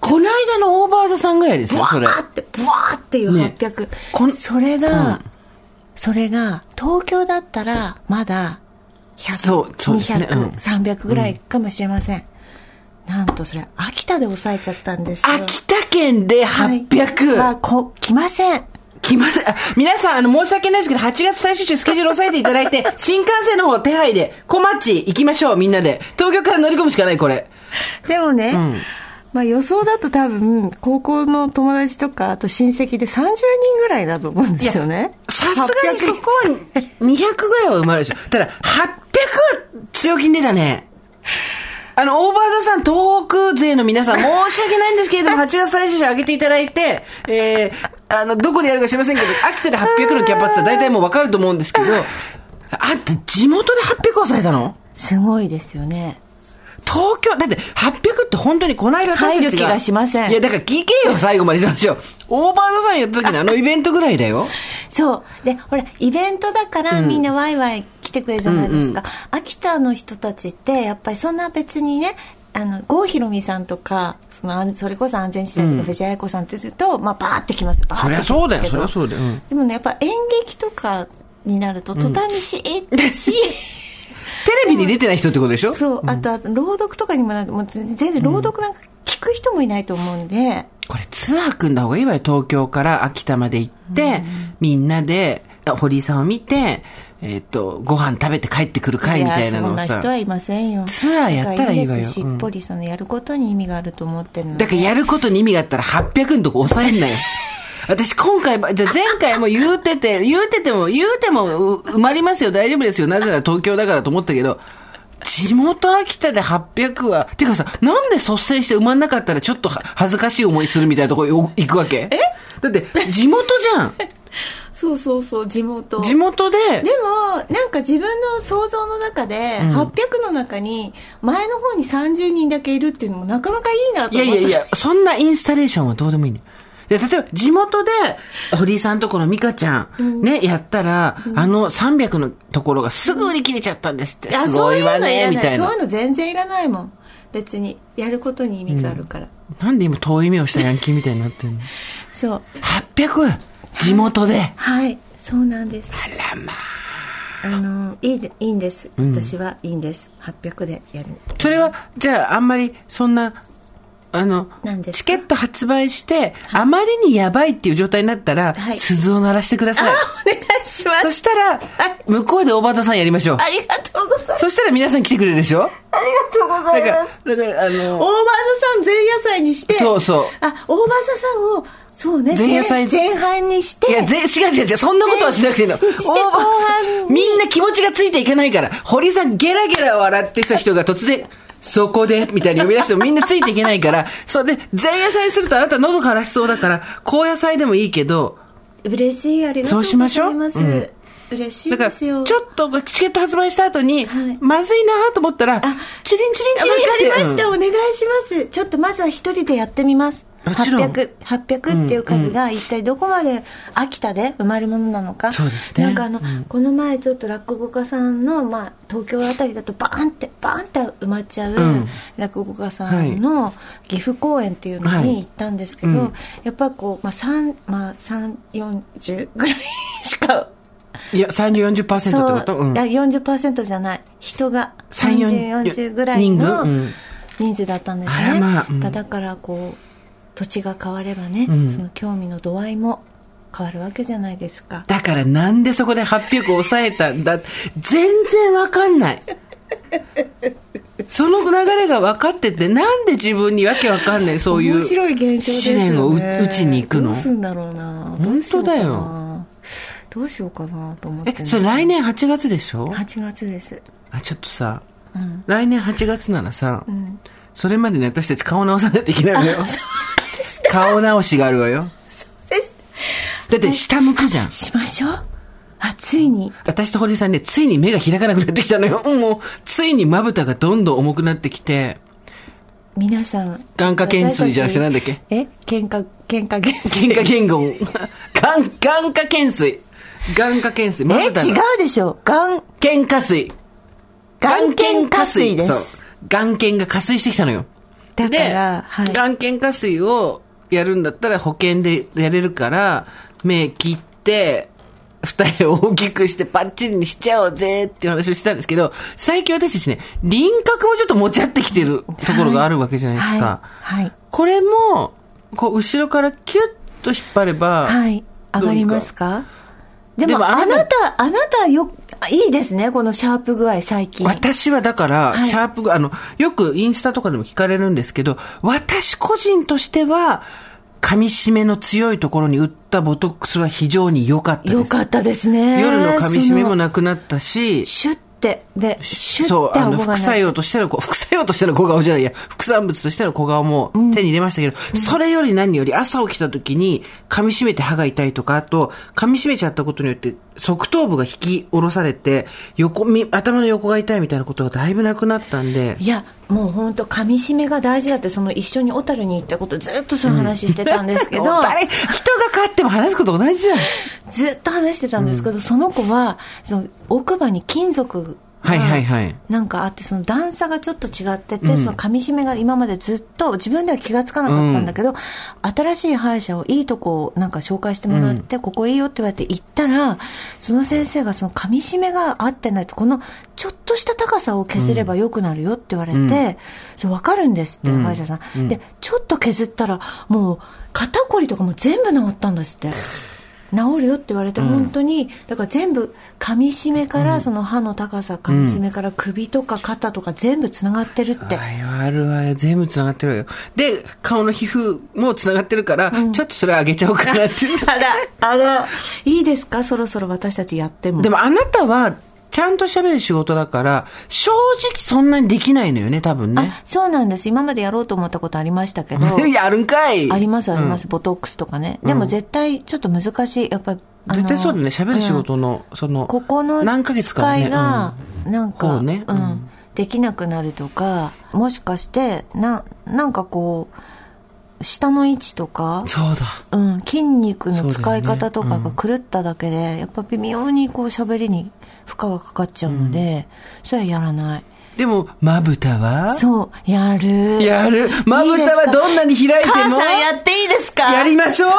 [SPEAKER 2] この間のオーバーザさんぐらいです
[SPEAKER 3] ブ
[SPEAKER 2] よ、
[SPEAKER 3] ワ
[SPEAKER 2] それ。
[SPEAKER 3] ーってブワーっていう
[SPEAKER 2] ね
[SPEAKER 3] 800、
[SPEAKER 2] こん
[SPEAKER 3] それが、
[SPEAKER 2] うん
[SPEAKER 3] それが東京だったらまだ
[SPEAKER 2] そうそうですねうん
[SPEAKER 3] 100200ぐらいかもしれません、なんとそれ秋田で抑えちゃったんですよ
[SPEAKER 2] 秋田県で800。
[SPEAKER 3] はこ来ません
[SPEAKER 2] 来ません。あ皆さん、あの、申し訳ないですけど、8月最終週スケジュール押さえていただいて、新幹線の方手配で、小町行きましょう、みんなで。東京から乗り込むしかない、これ。
[SPEAKER 3] でもね、
[SPEAKER 2] ん
[SPEAKER 3] まあ予想だと多分、高校の友達とか、あと親戚で30人ぐらいだと思うんですよね。
[SPEAKER 2] さすがにそこは200ぐらいは埋まるでしょ。ただ、800は強気に出たね。あの、オーバーザさん、東北勢の皆さん、申し訳ないんですけれども、8月
[SPEAKER 3] (laughs)
[SPEAKER 2] 最終週上げていただいて、えー、あの、どこでやるか知りませんけど、秋田で800のキャパって大体もうわかると思うんですけど、あんた、地元で800抑えたの
[SPEAKER 3] すごいですよね。
[SPEAKER 2] 東京、だって800って本当にこの間私たち
[SPEAKER 3] 入る気がしません
[SPEAKER 2] いや、だから聞けよ、最後まで話を。オーバーザさんやった時のあのイベントぐらいだよ。
[SPEAKER 3] そう。で、ほら、イベントだからみんなワイワイ来てくれるじゃないですか。秋田の人たちって、やっぱりそんな別にね、あの、郷ひろみさんとか、その、あんそれこそ安全地帯とか、藤あや子さんって言うと、まあ、バーって来ますよ。バーって来ますけど
[SPEAKER 2] うだよ。うん
[SPEAKER 3] でもね、やっぱ演劇とかになると、途端にしえってし、
[SPEAKER 2] テレビに出てない人ってことでしょ
[SPEAKER 3] そう、あとあと朗読とかにもなるもう全然朗読なんか聞く人もいないと思うんで、
[SPEAKER 2] これツアー組んだ方がいいわよ。東京から秋田まで行って、みんなで、あ堀井さんを見て、えっ、と、ご飯食べて帰ってくる会みたいなのを
[SPEAKER 3] やそんな
[SPEAKER 2] さ。
[SPEAKER 3] 人はいませんよ
[SPEAKER 2] ツアーやったらいいわ
[SPEAKER 3] だ
[SPEAKER 2] よ
[SPEAKER 3] からですし
[SPEAKER 2] うん
[SPEAKER 3] っぽりそのやることに意味があると思ってるので
[SPEAKER 2] だからやることに意味があったら800のとこ抑えん
[SPEAKER 3] (laughs)
[SPEAKER 2] なよ。私今回ば、じゃあ前回も言うてて、言うてても、言うてもう埋まりますよ、大丈夫ですよ。なぜなら東京だからと思ったけど、地元秋田で800は、てかさ、なんで率先して埋まんなかったらちょっとは恥ずかしい思いするみたいなとこよ行くわけえだって地元じゃん。
[SPEAKER 3] そうそうそう地元
[SPEAKER 2] 地元で、
[SPEAKER 3] でもなんか自分の想像の中で、800の中に前の方に30人だけいるっていうのもなかなかいいなと
[SPEAKER 2] いや
[SPEAKER 3] 思って
[SPEAKER 2] いやいや、そんなインスタレーションはどうでもいいの。で例えば、地元で、堀井さんとこの美香ちゃん、ね、やったら、あの300のところがすぐ売り切れちゃったんですって、
[SPEAKER 3] あ
[SPEAKER 2] す
[SPEAKER 3] そ
[SPEAKER 2] ご
[SPEAKER 3] うい
[SPEAKER 2] い
[SPEAKER 3] うの
[SPEAKER 2] わ
[SPEAKER 3] いら
[SPEAKER 2] ね、みたい
[SPEAKER 3] そう
[SPEAKER 2] な
[SPEAKER 3] いう。の全然いらないもん別にやることに意味があるから、
[SPEAKER 2] なんで今遠い目をしたヤンキーみたいになってんの
[SPEAKER 3] そう
[SPEAKER 2] ?800! 地元で。
[SPEAKER 3] はいそうなんです
[SPEAKER 2] あらまあ。
[SPEAKER 3] あのいいでいいんです、私はいいんです800でやる
[SPEAKER 2] それは、じゃあ、あんまり、そんな、あの
[SPEAKER 3] 何で、すか
[SPEAKER 2] チケット発売して、あまりにやばいっていう状態になったら、
[SPEAKER 3] はい
[SPEAKER 2] 鈴を鳴らしてください。
[SPEAKER 3] お願いしま
[SPEAKER 2] そしたら、向こうで大畑さんやりましょう。
[SPEAKER 3] ありがとうございます
[SPEAKER 2] そしたら皆さん来てくれるでしょ
[SPEAKER 3] ありがとうご
[SPEAKER 2] だ
[SPEAKER 3] ざ
[SPEAKER 2] か
[SPEAKER 3] い
[SPEAKER 2] ら
[SPEAKER 3] ます、
[SPEAKER 2] だから、あ
[SPEAKER 3] 大
[SPEAKER 2] の、
[SPEAKER 3] 場さん前夜祭にして
[SPEAKER 2] そうそう
[SPEAKER 3] あ大場さんをそうね
[SPEAKER 2] 前夜祭
[SPEAKER 3] 前前半にして
[SPEAKER 2] いや、ぜ、違う違う違う、そんなことはしなくていいの。
[SPEAKER 3] して後半に
[SPEAKER 2] みんな気持ちがついていかないから、堀さんゲラゲラ笑ってた人が突然、そこで、みたいに呼び出してもみんなついていけないから、それで、前夜祭するとあなた喉枯らしそうだから、後夜祭でもいいけど、
[SPEAKER 3] 嬉しいありがとう
[SPEAKER 2] そ
[SPEAKER 3] ござ
[SPEAKER 2] うし
[SPEAKER 3] い
[SPEAKER 2] ま
[SPEAKER 3] ま
[SPEAKER 2] しょ
[SPEAKER 3] す
[SPEAKER 2] ううん
[SPEAKER 3] 嬉しい
[SPEAKER 2] だ
[SPEAKER 3] で
[SPEAKER 2] から、
[SPEAKER 3] す
[SPEAKER 2] ちょ
[SPEAKER 3] よ
[SPEAKER 2] っとチケット発売した後に、
[SPEAKER 3] はい
[SPEAKER 2] まずいなと思ったら、チリンチリンチ
[SPEAKER 3] わか
[SPEAKER 2] リ
[SPEAKER 3] り
[SPEAKER 2] ンって。
[SPEAKER 3] ました、
[SPEAKER 2] うん
[SPEAKER 3] お願いしますちょっとまずは一人でやってみます
[SPEAKER 2] もちろん
[SPEAKER 3] 800 800っていう数が一体どこまで秋田で埋まるものなのか、
[SPEAKER 2] そうですね
[SPEAKER 3] なんかあの、この前ちょっと落語家さんの、まあ、東京あたりだとバーンってバーンって埋まっちゃう落語家さんの岐阜公演っていうの
[SPEAKER 2] はい
[SPEAKER 3] に行ったんですけど、
[SPEAKER 2] うん
[SPEAKER 3] やっぱこう、まあ、3まあ340ぐらいしか
[SPEAKER 2] いや、30、40%って
[SPEAKER 3] そう
[SPEAKER 2] ことうん
[SPEAKER 3] あ40%じゃない人が
[SPEAKER 2] 3
[SPEAKER 3] 3040
[SPEAKER 2] 40
[SPEAKER 3] ぐらい
[SPEAKER 2] 人数う
[SPEAKER 3] の
[SPEAKER 2] ん
[SPEAKER 3] 人数だったんです
[SPEAKER 2] あら
[SPEAKER 3] ね、
[SPEAKER 2] まあうん
[SPEAKER 3] だだからこう土地が変わればね、
[SPEAKER 2] ん
[SPEAKER 3] その興味の度合いも変わるわけじゃないですか
[SPEAKER 2] だからなんでそこで800を抑えたんだ全然わかんない。その流れが分かってて、なんで自分にわけわかんない、そういう。
[SPEAKER 3] 面白い現象ですよね
[SPEAKER 2] 試練を打打ちに行くの
[SPEAKER 3] どうすんだろうな
[SPEAKER 2] 本当だよ
[SPEAKER 3] どうしようかなどうしようかなと思って
[SPEAKER 2] え、それ来年8月でしょ
[SPEAKER 3] 8月です
[SPEAKER 2] あ、ちょっとさ、来年8月ならさ、それまでに私たち顔直さないといけないのよ。顔直しがあるわよ。
[SPEAKER 3] でし
[SPEAKER 2] だって下向くじゃん。
[SPEAKER 3] しましょうあついに
[SPEAKER 2] 私と堀井さんね、ついに目が開かなくなってきたのよ。もう、ついにまぶたがどんどん重くなってきて、
[SPEAKER 3] 皆さん
[SPEAKER 2] 眼科検水じゃなくてなんだっけ
[SPEAKER 3] え喧嘩喧嘩検水
[SPEAKER 2] 喧嘩言語。眼、眼科懸垂。眼科懸垂。ま
[SPEAKER 3] え
[SPEAKER 2] ぶた
[SPEAKER 3] 違
[SPEAKER 2] の。
[SPEAKER 3] うでしょ眼
[SPEAKER 2] 喧嘩水。
[SPEAKER 3] 眼瞼
[SPEAKER 2] 眼瞼
[SPEAKER 3] 下垂で
[SPEAKER 2] そう
[SPEAKER 3] す。
[SPEAKER 2] 眼瞼が下垂してきたのよ。
[SPEAKER 3] だから、はい
[SPEAKER 2] で、眼瞼下垂をやるんだったら保険でやれるから、目切って、二重を大きくしてパッチリにしちゃおうぜっていう話をしてたんですけど、最近私たちね、輪郭もちょっと持ち合ってきてるところがあるわけじゃないですか。
[SPEAKER 3] はい
[SPEAKER 2] これも、こう、後ろからキュッと引っ張れば、
[SPEAKER 3] はい、はい、上がりますかでも
[SPEAKER 2] でもあ
[SPEAKER 3] あ
[SPEAKER 2] な
[SPEAKER 3] なたあなたよあいいですねこのシャープ具合最近
[SPEAKER 2] 私はだから、
[SPEAKER 3] はい
[SPEAKER 2] シャープが、あの、よくインスタとかでも聞かれるんですけど、私個人としては、噛み締めの強いところに打ったボトックスは非常に良かったです。
[SPEAKER 3] よかったですね
[SPEAKER 2] 夜の噛み締めも
[SPEAKER 3] その
[SPEAKER 2] なくなったし、
[SPEAKER 3] シュッてでシュ
[SPEAKER 2] そ
[SPEAKER 3] ッ
[SPEAKER 2] う、
[SPEAKER 3] て
[SPEAKER 2] あの、
[SPEAKER 3] 顎が
[SPEAKER 2] 副
[SPEAKER 3] な
[SPEAKER 2] 作
[SPEAKER 3] い
[SPEAKER 2] 用としてのこう、 (laughs) 副作用としての小顔じゃない、いや、副産物としての小顔も手に入れましたけど、それより何より朝起きた時に噛み締めて歯が痛いとか、あと、噛み締めちゃったことによって、側頭部が引き下ろされて、横、み頭の横が痛いみたいなことがだいぶなくなったんで、
[SPEAKER 3] いやもう本当噛み締めが大事だってその一緒に小樽に行ったことずっとその話してたんですけど、
[SPEAKER 2] 誰、人が変わっても話すこと同じじゃん。
[SPEAKER 3] ずっと話してたんですけど、その子はその奥歯に金属が
[SPEAKER 2] はいはいはい
[SPEAKER 3] なんかあってその段差がちょっと違ってて、その噛み締めが今までずっと自分では気がつかなかったんだけど、新しい歯医者をいいとこをなんか紹介してもらって、ここいいよって言われて行ったらその先生がその噛み締めが合ってないってこのちょっとした高さを削れば良くなるよって言われて、そう分かるんですって、歯医者さん、でちょっと削ったらもう肩こりとかも全部治ったんですって。治るよって言われて、本当にだから全部噛み締めから、その歯の高さ噛み締めから首とか肩とか全部つながってるって、
[SPEAKER 2] あるあるわよ。全部繋がってるわよ。で、顔の皮膚も繋がってるから、ちょっとそれ上げちゃおうかなって。
[SPEAKER 3] あらあらいいですかそろそろ私たちやっても
[SPEAKER 2] でもあなたは、ちゃんと喋る仕事だから、正直そんなにできないのよね、多分ね
[SPEAKER 3] あ。そうなんです今までやろうと思ったことありましたけど
[SPEAKER 2] やるんか (laughs) い
[SPEAKER 3] ありますあります、ボトックスとかねでも絶対ちょっと難しいやっぱりあの
[SPEAKER 2] 絶対そうだね、喋る仕事の、その、
[SPEAKER 3] ここの
[SPEAKER 2] 何ヶ月かは
[SPEAKER 3] 使
[SPEAKER 2] ね
[SPEAKER 3] いが、なん
[SPEAKER 2] こ
[SPEAKER 3] か、
[SPEAKER 2] うね
[SPEAKER 3] うん
[SPEAKER 2] うん
[SPEAKER 3] できなくなるとか、もしかして、な、なんかこう、下の位置とか
[SPEAKER 2] うん、そうだ。
[SPEAKER 3] うん、筋肉の使い方と
[SPEAKER 2] そ
[SPEAKER 3] か
[SPEAKER 2] うだ
[SPEAKER 3] が
[SPEAKER 2] よ
[SPEAKER 3] 狂っただけで、やっぱ微妙にこう喋りに負荷がかかっちゃうので、それはやらない。
[SPEAKER 2] でも、まぶたは
[SPEAKER 3] そう、やる。
[SPEAKER 2] やる。まぶたはどんなに開いても、
[SPEAKER 3] 母さんやっていいですか
[SPEAKER 2] やりましょう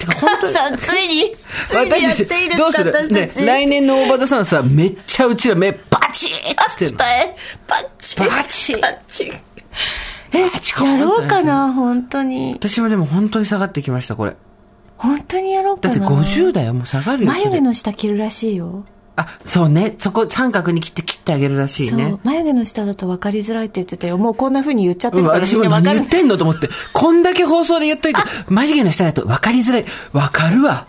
[SPEAKER 2] てか、本当
[SPEAKER 3] 母
[SPEAKER 2] に。
[SPEAKER 3] さん、つい
[SPEAKER 2] (laughs)
[SPEAKER 3] に、ついにやっ
[SPEAKER 2] 私た
[SPEAKER 3] ていいで
[SPEAKER 2] ち、
[SPEAKER 3] すか
[SPEAKER 2] どうする
[SPEAKER 3] 私
[SPEAKER 2] ね
[SPEAKER 3] た、ち。
[SPEAKER 2] 来年の大場さんさ、めっちゃうちら目パチーッしてるの。
[SPEAKER 3] えパッチ
[SPEAKER 2] パッチ
[SPEAKER 3] パッチ
[SPEAKER 2] え、パチコーン
[SPEAKER 3] や
[SPEAKER 2] と
[SPEAKER 3] ろうかな本当に
[SPEAKER 2] 私はでも本当に下がってきました、これ。
[SPEAKER 3] 本当にやろうか
[SPEAKER 2] だっ
[SPEAKER 3] な
[SPEAKER 2] て50だよ、もう下がるよ。
[SPEAKER 3] 眉
[SPEAKER 2] それ
[SPEAKER 3] 毛の下切るらしいよ
[SPEAKER 2] あ、そうね。そこ三角に切って切ってあげるらしい
[SPEAKER 3] そ
[SPEAKER 2] ね
[SPEAKER 3] う。眉毛の下だと分かりづらいって言ってたよもうこんなふうに言っちゃって
[SPEAKER 2] うん、
[SPEAKER 3] るからみ
[SPEAKER 2] 私
[SPEAKER 3] ん
[SPEAKER 2] も
[SPEAKER 3] な
[SPEAKER 2] 何
[SPEAKER 3] 分か
[SPEAKER 2] 言
[SPEAKER 3] る
[SPEAKER 2] ってんのと思って、こんだけ放送で言っといて、眉毛の下だと分かりづらい。分かるわ。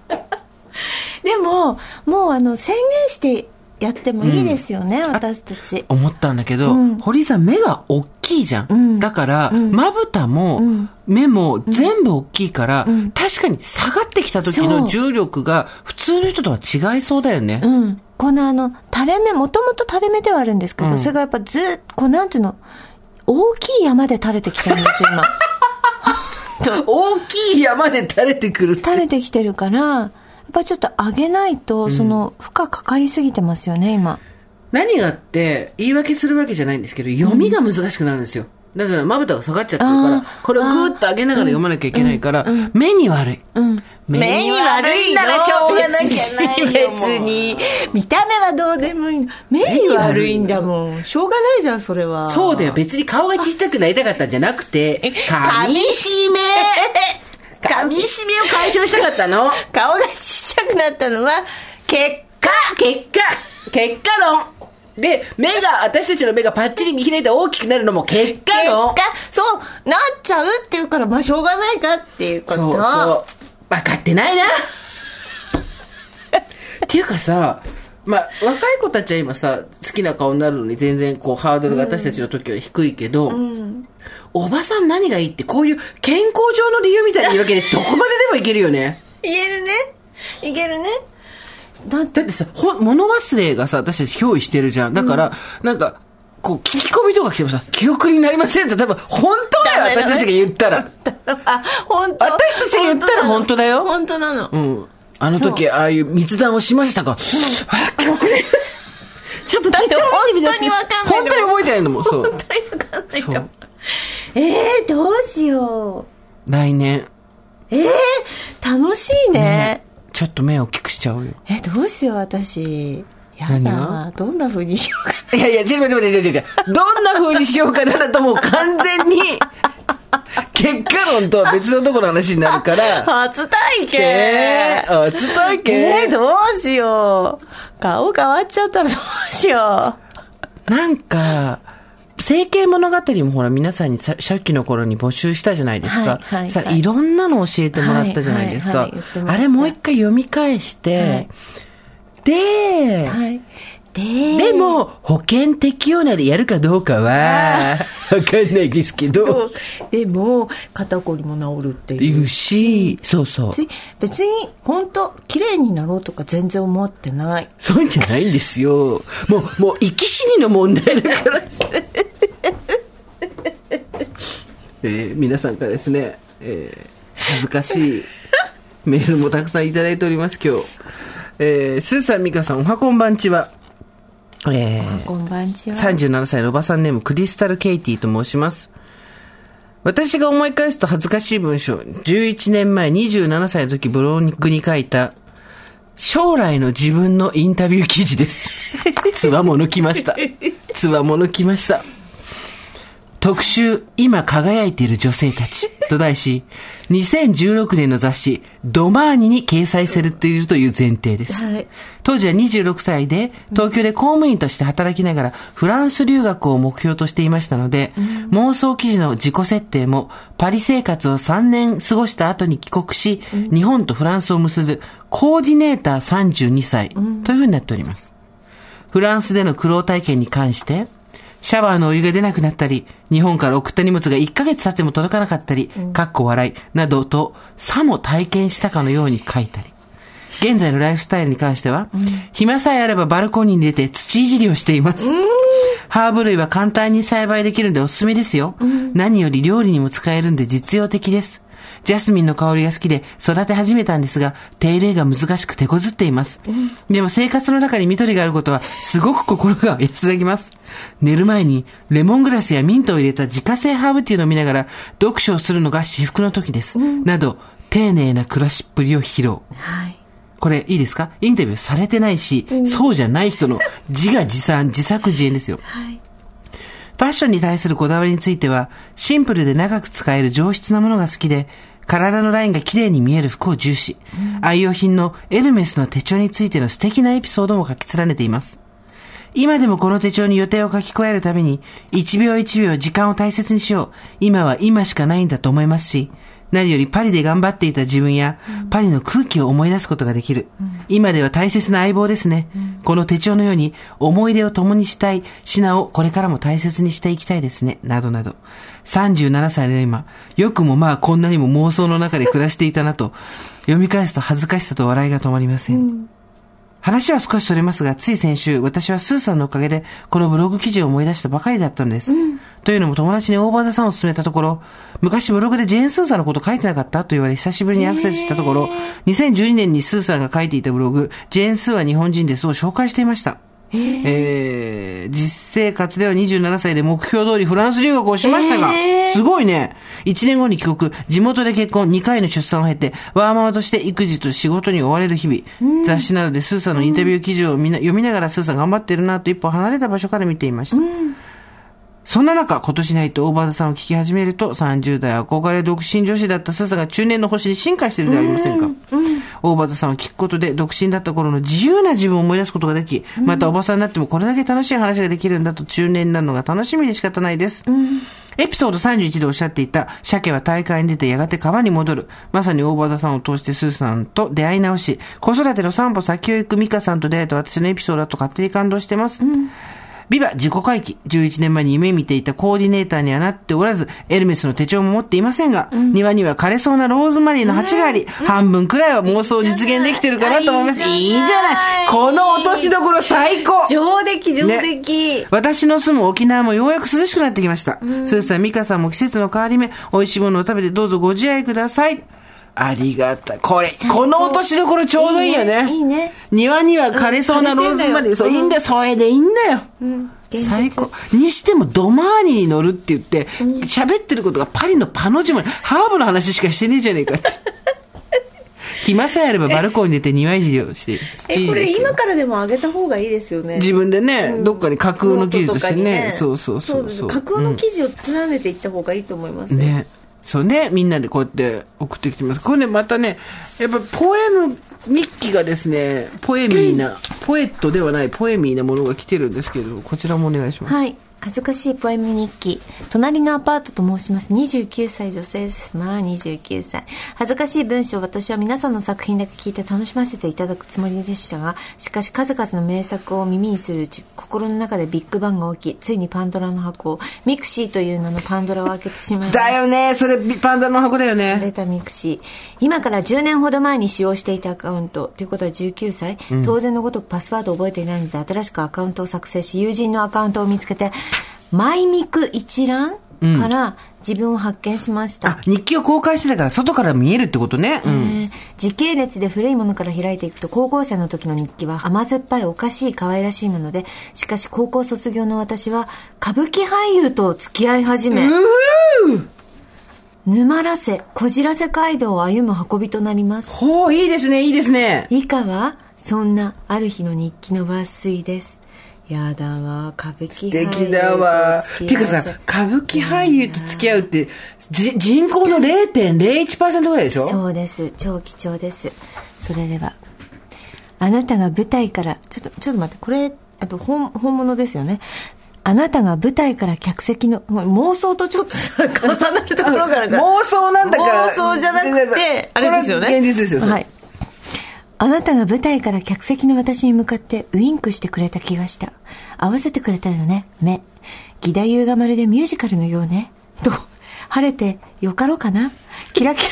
[SPEAKER 3] でももうあの宣言してやってもいいですよね、私たち
[SPEAKER 2] 思ったんだけど、堀井さん目が大きいじゃん。だから、まぶたも、目も全部大きいから、確かに下がってきた時
[SPEAKER 3] そ
[SPEAKER 2] の
[SPEAKER 3] う
[SPEAKER 2] 重力が普通の人とは違いそうだよね。
[SPEAKER 3] うんこのあの垂れ目もともと垂れ目ではあるんですけど、それがやっぱずっこうなんていうの大きい山で垂れてきてるんですよ (laughs) 今
[SPEAKER 2] 大きい山で垂れてくるって
[SPEAKER 3] 垂れてきてるからやっぱちょっと上げないと、その負荷かかりすぎてますよね今
[SPEAKER 2] 何があって、言い訳するわけじゃないんですけど、読みが難しくなるんですよ。なぜなら、まぶたが下がっちゃってるから
[SPEAKER 3] あ、
[SPEAKER 2] これをグーッと上げながら読まなきゃいけないから、目に悪い。
[SPEAKER 3] うん目に悪いならしょうがなきゃないよ別に見た目はどうでもいいの目に悪いんだもんしょうがないじゃんそれは
[SPEAKER 2] そうだよ、別に顔が小さくなりたかったんじゃなくて、噛み締め噛み締めを解消したかったの
[SPEAKER 3] 顔がちっちゃくなったのは結果
[SPEAKER 2] 結果結果論で、目が、私たちの目がパッチリ見開いて大きくなるのも結果
[SPEAKER 3] 結
[SPEAKER 2] 論
[SPEAKER 3] 果そうなっちゃうっていうからまあしょうがないかっていうこと
[SPEAKER 2] そうそう。分かってないな。っていうかさ、まあ、若い子たちは今さ、好きな顔になるのに全然こう、ハードルが私たちの時より低いけど、おばさん何がいいってこういう健康上の理由みたいな言い訳でどこまででもいけるよね。
[SPEAKER 3] 言えるねいけるね
[SPEAKER 2] だってさ、ほ物忘れがさ、私たち憑依してるじゃん。だから、なんか、こう、聞き込みとか来てもさ、記憶になりませんって多分、本当だ
[SPEAKER 3] ダメ
[SPEAKER 2] よ、
[SPEAKER 3] だ
[SPEAKER 2] 私
[SPEAKER 3] ね
[SPEAKER 2] たちが言ったら。
[SPEAKER 3] あ本当
[SPEAKER 2] 私たちが言ったら本当だよ
[SPEAKER 3] 本当なの、
[SPEAKER 2] うん。あの時、ああいう密談をしましたか。あ、記憶になりません。ちゃんと
[SPEAKER 3] だっ
[SPEAKER 2] 大
[SPEAKER 3] て
[SPEAKER 2] 丈夫
[SPEAKER 3] 本当にわかんない
[SPEAKER 2] 本当に覚えてないのも、そう。
[SPEAKER 3] 本当に分かんないか
[SPEAKER 2] そ
[SPEAKER 3] も
[SPEAKER 2] う
[SPEAKER 3] えー、どうしよ
[SPEAKER 2] 来年
[SPEAKER 3] うえー、楽しいね
[SPEAKER 2] ちょっと目を大きくしちゃおうよ
[SPEAKER 3] えどうしよう私や
[SPEAKER 2] 何
[SPEAKER 3] だ
[SPEAKER 2] が
[SPEAKER 3] どんな風にしようかない
[SPEAKER 2] やいやちょっと待って待って待ってどんな風にしようかなだともう完全
[SPEAKER 3] (laughs)
[SPEAKER 2] に結果論とは別のところの話になるから
[SPEAKER 3] 初体験
[SPEAKER 2] えー、お伝え
[SPEAKER 3] え
[SPEAKER 2] け
[SPEAKER 3] ー、どうしよう顔変わっちゃったらどうしよ
[SPEAKER 2] なんか整形物語もほら皆さんにさ初期の頃に募集したじゃないですか、
[SPEAKER 3] はいはい
[SPEAKER 2] さ
[SPEAKER 3] はい
[SPEAKER 2] いろんなの教えてもらったじゃないですか、
[SPEAKER 3] はいはいはい言ってました
[SPEAKER 2] あれもう一回読み返して、
[SPEAKER 3] はい
[SPEAKER 2] で、
[SPEAKER 3] うはいで
[SPEAKER 2] でも、保険適用内でやるかどうかは、 (laughs) わかんないですけど、
[SPEAKER 3] でも肩こりも治るっていう
[SPEAKER 2] 言うし、そうそう。
[SPEAKER 3] 別に別に本当綺麗になろうとか全然思ってない
[SPEAKER 2] そういうんじゃないんですよ。もう、もう、生き死にの問題だから。 (laughs) えー皆さんからですね、えー恥ずかしいメールもたくさんいただいております、今日。えースーさん、ミカさん、おはこんばんちは。えー
[SPEAKER 3] こんばんちは
[SPEAKER 2] 37歳のおばさんネームクリスタル・ケイティと申します。私が思い返すと恥ずかしい文章。11年前27歳の時ブロークに書いた将来の自分のインタビュー記
[SPEAKER 3] (laughs)
[SPEAKER 2] 事です。つわもの来ました。つわもの来ました。特集、今輝いている女性たちと題し、2016年の雑誌、ドマーニに掲載されているという前提です。
[SPEAKER 3] はい
[SPEAKER 2] 当時は26歳で、東京で公務員として働きながら、フランス留学を目標としていましたので、妄想記事の自己設定も、パリ生活を3年過ごした後に帰国し、日本とフランスを結ぶ、コーディネーター32歳、というふうになっております。フランスでの苦労体験に関して、シャワーのお湯が出なくなったり、日本から送った荷物が1ヶ月経っても届かなかったり、かっこ笑い、などと、さも体験したかのように書いたり。現在のライフスタイルに関しては、暇さえあればバルコニーに出て土いじりをしています。ハーブ類は簡単に栽培できるんでおすすめですよ。何より料理にも使えるんで実用的です。ジャスミンの香りが好きで育て始めたんですが、手入れが難しく手こずっています。でも生活の中に緑があることはすごく心が安らぎます。寝る前にレモングラスやミントを入れた自家製ハーブティーを飲みながら読書をするのが至福の時です。など、丁寧な暮らしっぷりを披露。
[SPEAKER 3] はい
[SPEAKER 2] これいいですかインタビューされてないし、そうじゃな
[SPEAKER 3] (laughs)
[SPEAKER 2] い人の自画自賛、自作自演ですよ。
[SPEAKER 3] はい
[SPEAKER 2] ファッションに対するこだわりについては、シンプルで長く使える上質なものが好きで、体のラインが綺麗に見える服を重視。愛用品のエルメスの手帳についての素敵なエピソードも書き連ねています。今でもこの手帳に予定を書き加えるために、一秒一秒時間を大切にしよう。今は今しかないんだと思いますし、何よりパリで頑張っていた自分や、パリの空気を思い出すことができる。今では大切な相棒ですね。この手帳のように、思い出を共にしたい、品をこれからも大切にしていきたいですね。などなど。37歳の今、よくもまあこんなにも妄想の中で暮らしていたなと、読み返すと恥ずかしさと笑いが止まりません話は少しそれますが、つい先週、私はスーさんのおかげで、このブログ記事を思い出したばかりだったのです。というのも友達に大場さんを勧めたところ、昔ブログでジェーン・スーさんのこと書いてなかったと言われ、久しぶりにアクセスしたところ、2012年にスーさんが書いていたブログ、ジェーン・スーは日本人ですを紹介していました。えー実生活では27歳で目標通りフランス留学をしましたが、すごいね。1年後に帰国、地元で結婚、2回の出産を経て、ワーママとして育児と仕事に追われる日々、雑誌などでスーさんのインタビュー記事をみんな読みながらスーさん頑張ってるなと一歩離れた場所から見ていました。そんな中、今年に入って大場さんを聞き始めると、30代憧れ独身女子だったスーさんが中年の星に進化してるではありませんか。大場さんを聞くことで、独身だった頃の自由な自分を思い出すことができ、またおばさんになってもこれだけ楽しい話ができるんだと中年になるのが楽しみで仕方ないです。エピソード31でおっしゃっていた、鮭は大海に出てやがて川に戻る。まさに大場座さんを通してスーさんと出会い直し、子育ての散歩先を行く美香さんと出会えた私のエピソードだと勝手に感動してます。ビバ自己回帰。11年前に夢見ていたコーディネーターにはなっておらず、エルメスの手帳も持っていませんが、庭には枯れそうなローズマリーの鉢があり、半分くらいは妄想実現できてるかなと思いま
[SPEAKER 3] いい
[SPEAKER 2] す。
[SPEAKER 3] じゃない
[SPEAKER 2] いいじゃない。この落としどころ最高
[SPEAKER 3] 上出来上出来、
[SPEAKER 2] 私の住む沖縄もようやく涼しくなってきました。スーさん、ミカさんも季節の変わり目、美味しいものを食べてどうぞご自愛ください。ありがたい。これ、
[SPEAKER 3] 高
[SPEAKER 2] この落としどころちょうどいいよ
[SPEAKER 3] いい
[SPEAKER 2] ね。
[SPEAKER 3] ねいいね
[SPEAKER 2] 庭には枯れそうなローズマリー。
[SPEAKER 3] うん
[SPEAKER 2] そう、いいんだよ。それでいいんだよ。
[SPEAKER 3] 現実
[SPEAKER 2] 最高。にしても、ドマーニに乗るって言って、喋ってることがパリのパの字まで、ハーブの話しかしてねえじゃねえ
[SPEAKER 3] (laughs)
[SPEAKER 2] かって。暇さえあればバルコニーに出て庭いじりをしている。
[SPEAKER 3] えこ
[SPEAKER 2] 土い
[SPEAKER 3] れ
[SPEAKER 2] じりをしている
[SPEAKER 3] 今からでも上げた方がいいですよね
[SPEAKER 2] 自分でね、どっかに架空の記事としてね
[SPEAKER 3] ノートかに
[SPEAKER 2] そうそうそうそう
[SPEAKER 3] です架空の記事を連ねていった方がいいと思います
[SPEAKER 2] うん
[SPEAKER 3] ね
[SPEAKER 2] ねそうねみんなでこうやって送ってきてますこれねまたねやっぱポエム日記がですねポエミーな、ポエットではないポエミーなものが来てるんですけれどもこちらもお願いします、
[SPEAKER 3] はい。恥ずかしいポエム日記。隣のアパートと申します。29歳女性です。まあ29歳。恥ずかしい文章を私は皆さんの作品だけ聞いて楽しませていただくつもりでしたが、しかし数々の名作を耳にするうち、心の中でビッグバンが起き、ついにパンドラの箱を、ミクシーという名のパンドラを開けてしまいました。
[SPEAKER 2] だよねそれビパンダの箱だよ
[SPEAKER 3] デ
[SPEAKER 2] ね
[SPEAKER 3] ータミクシー今から10年ほど前に使用していたアカウントということは19歳、当然のごとくパスワードを覚えていないので新しくアカウントを作成し友人のアカウントを見つけてマイミク一覧から自分を発見しました、
[SPEAKER 2] あ日記を公開してたから外から見えるってことね、うん、
[SPEAKER 3] えー時系列で古いものから開いていくと高校生の時の日記は甘酸っぱいおかしい可愛らしいものでしかし高校卒業の私は歌舞伎俳優と付き合い始め沼らせこじらせ街道を歩む運びとなります
[SPEAKER 2] ほういいですねいいですね
[SPEAKER 3] 以下はそんなある日の日記の抜粋ですやだわ歌舞伎俳優
[SPEAKER 2] 素敵だわ
[SPEAKER 3] と付
[SPEAKER 2] て
[SPEAKER 3] き合
[SPEAKER 2] か
[SPEAKER 3] わせ
[SPEAKER 2] さ歌舞伎俳優と付き合うってじ人口の0.01%ぐらいでしょ
[SPEAKER 3] そうです超貴重ですそれではあなたが舞台からちょっとちょっと待ってこれあと本本物ですよねあなたが舞台から客席の妄想とちょっとさ重なるところがあるから
[SPEAKER 2] 妄想なんだか
[SPEAKER 3] 妄想じゃなくてあれですよね
[SPEAKER 2] これは現実ですよそれ
[SPEAKER 3] はいあなたが舞台から客席の私に向かってウインクしてくれた気がした。合わせてくれたよね、目。義太夫がまるでミュージカルのようね。と、晴れてよかろうかな。キ
[SPEAKER 2] (laughs)
[SPEAKER 3] ラキ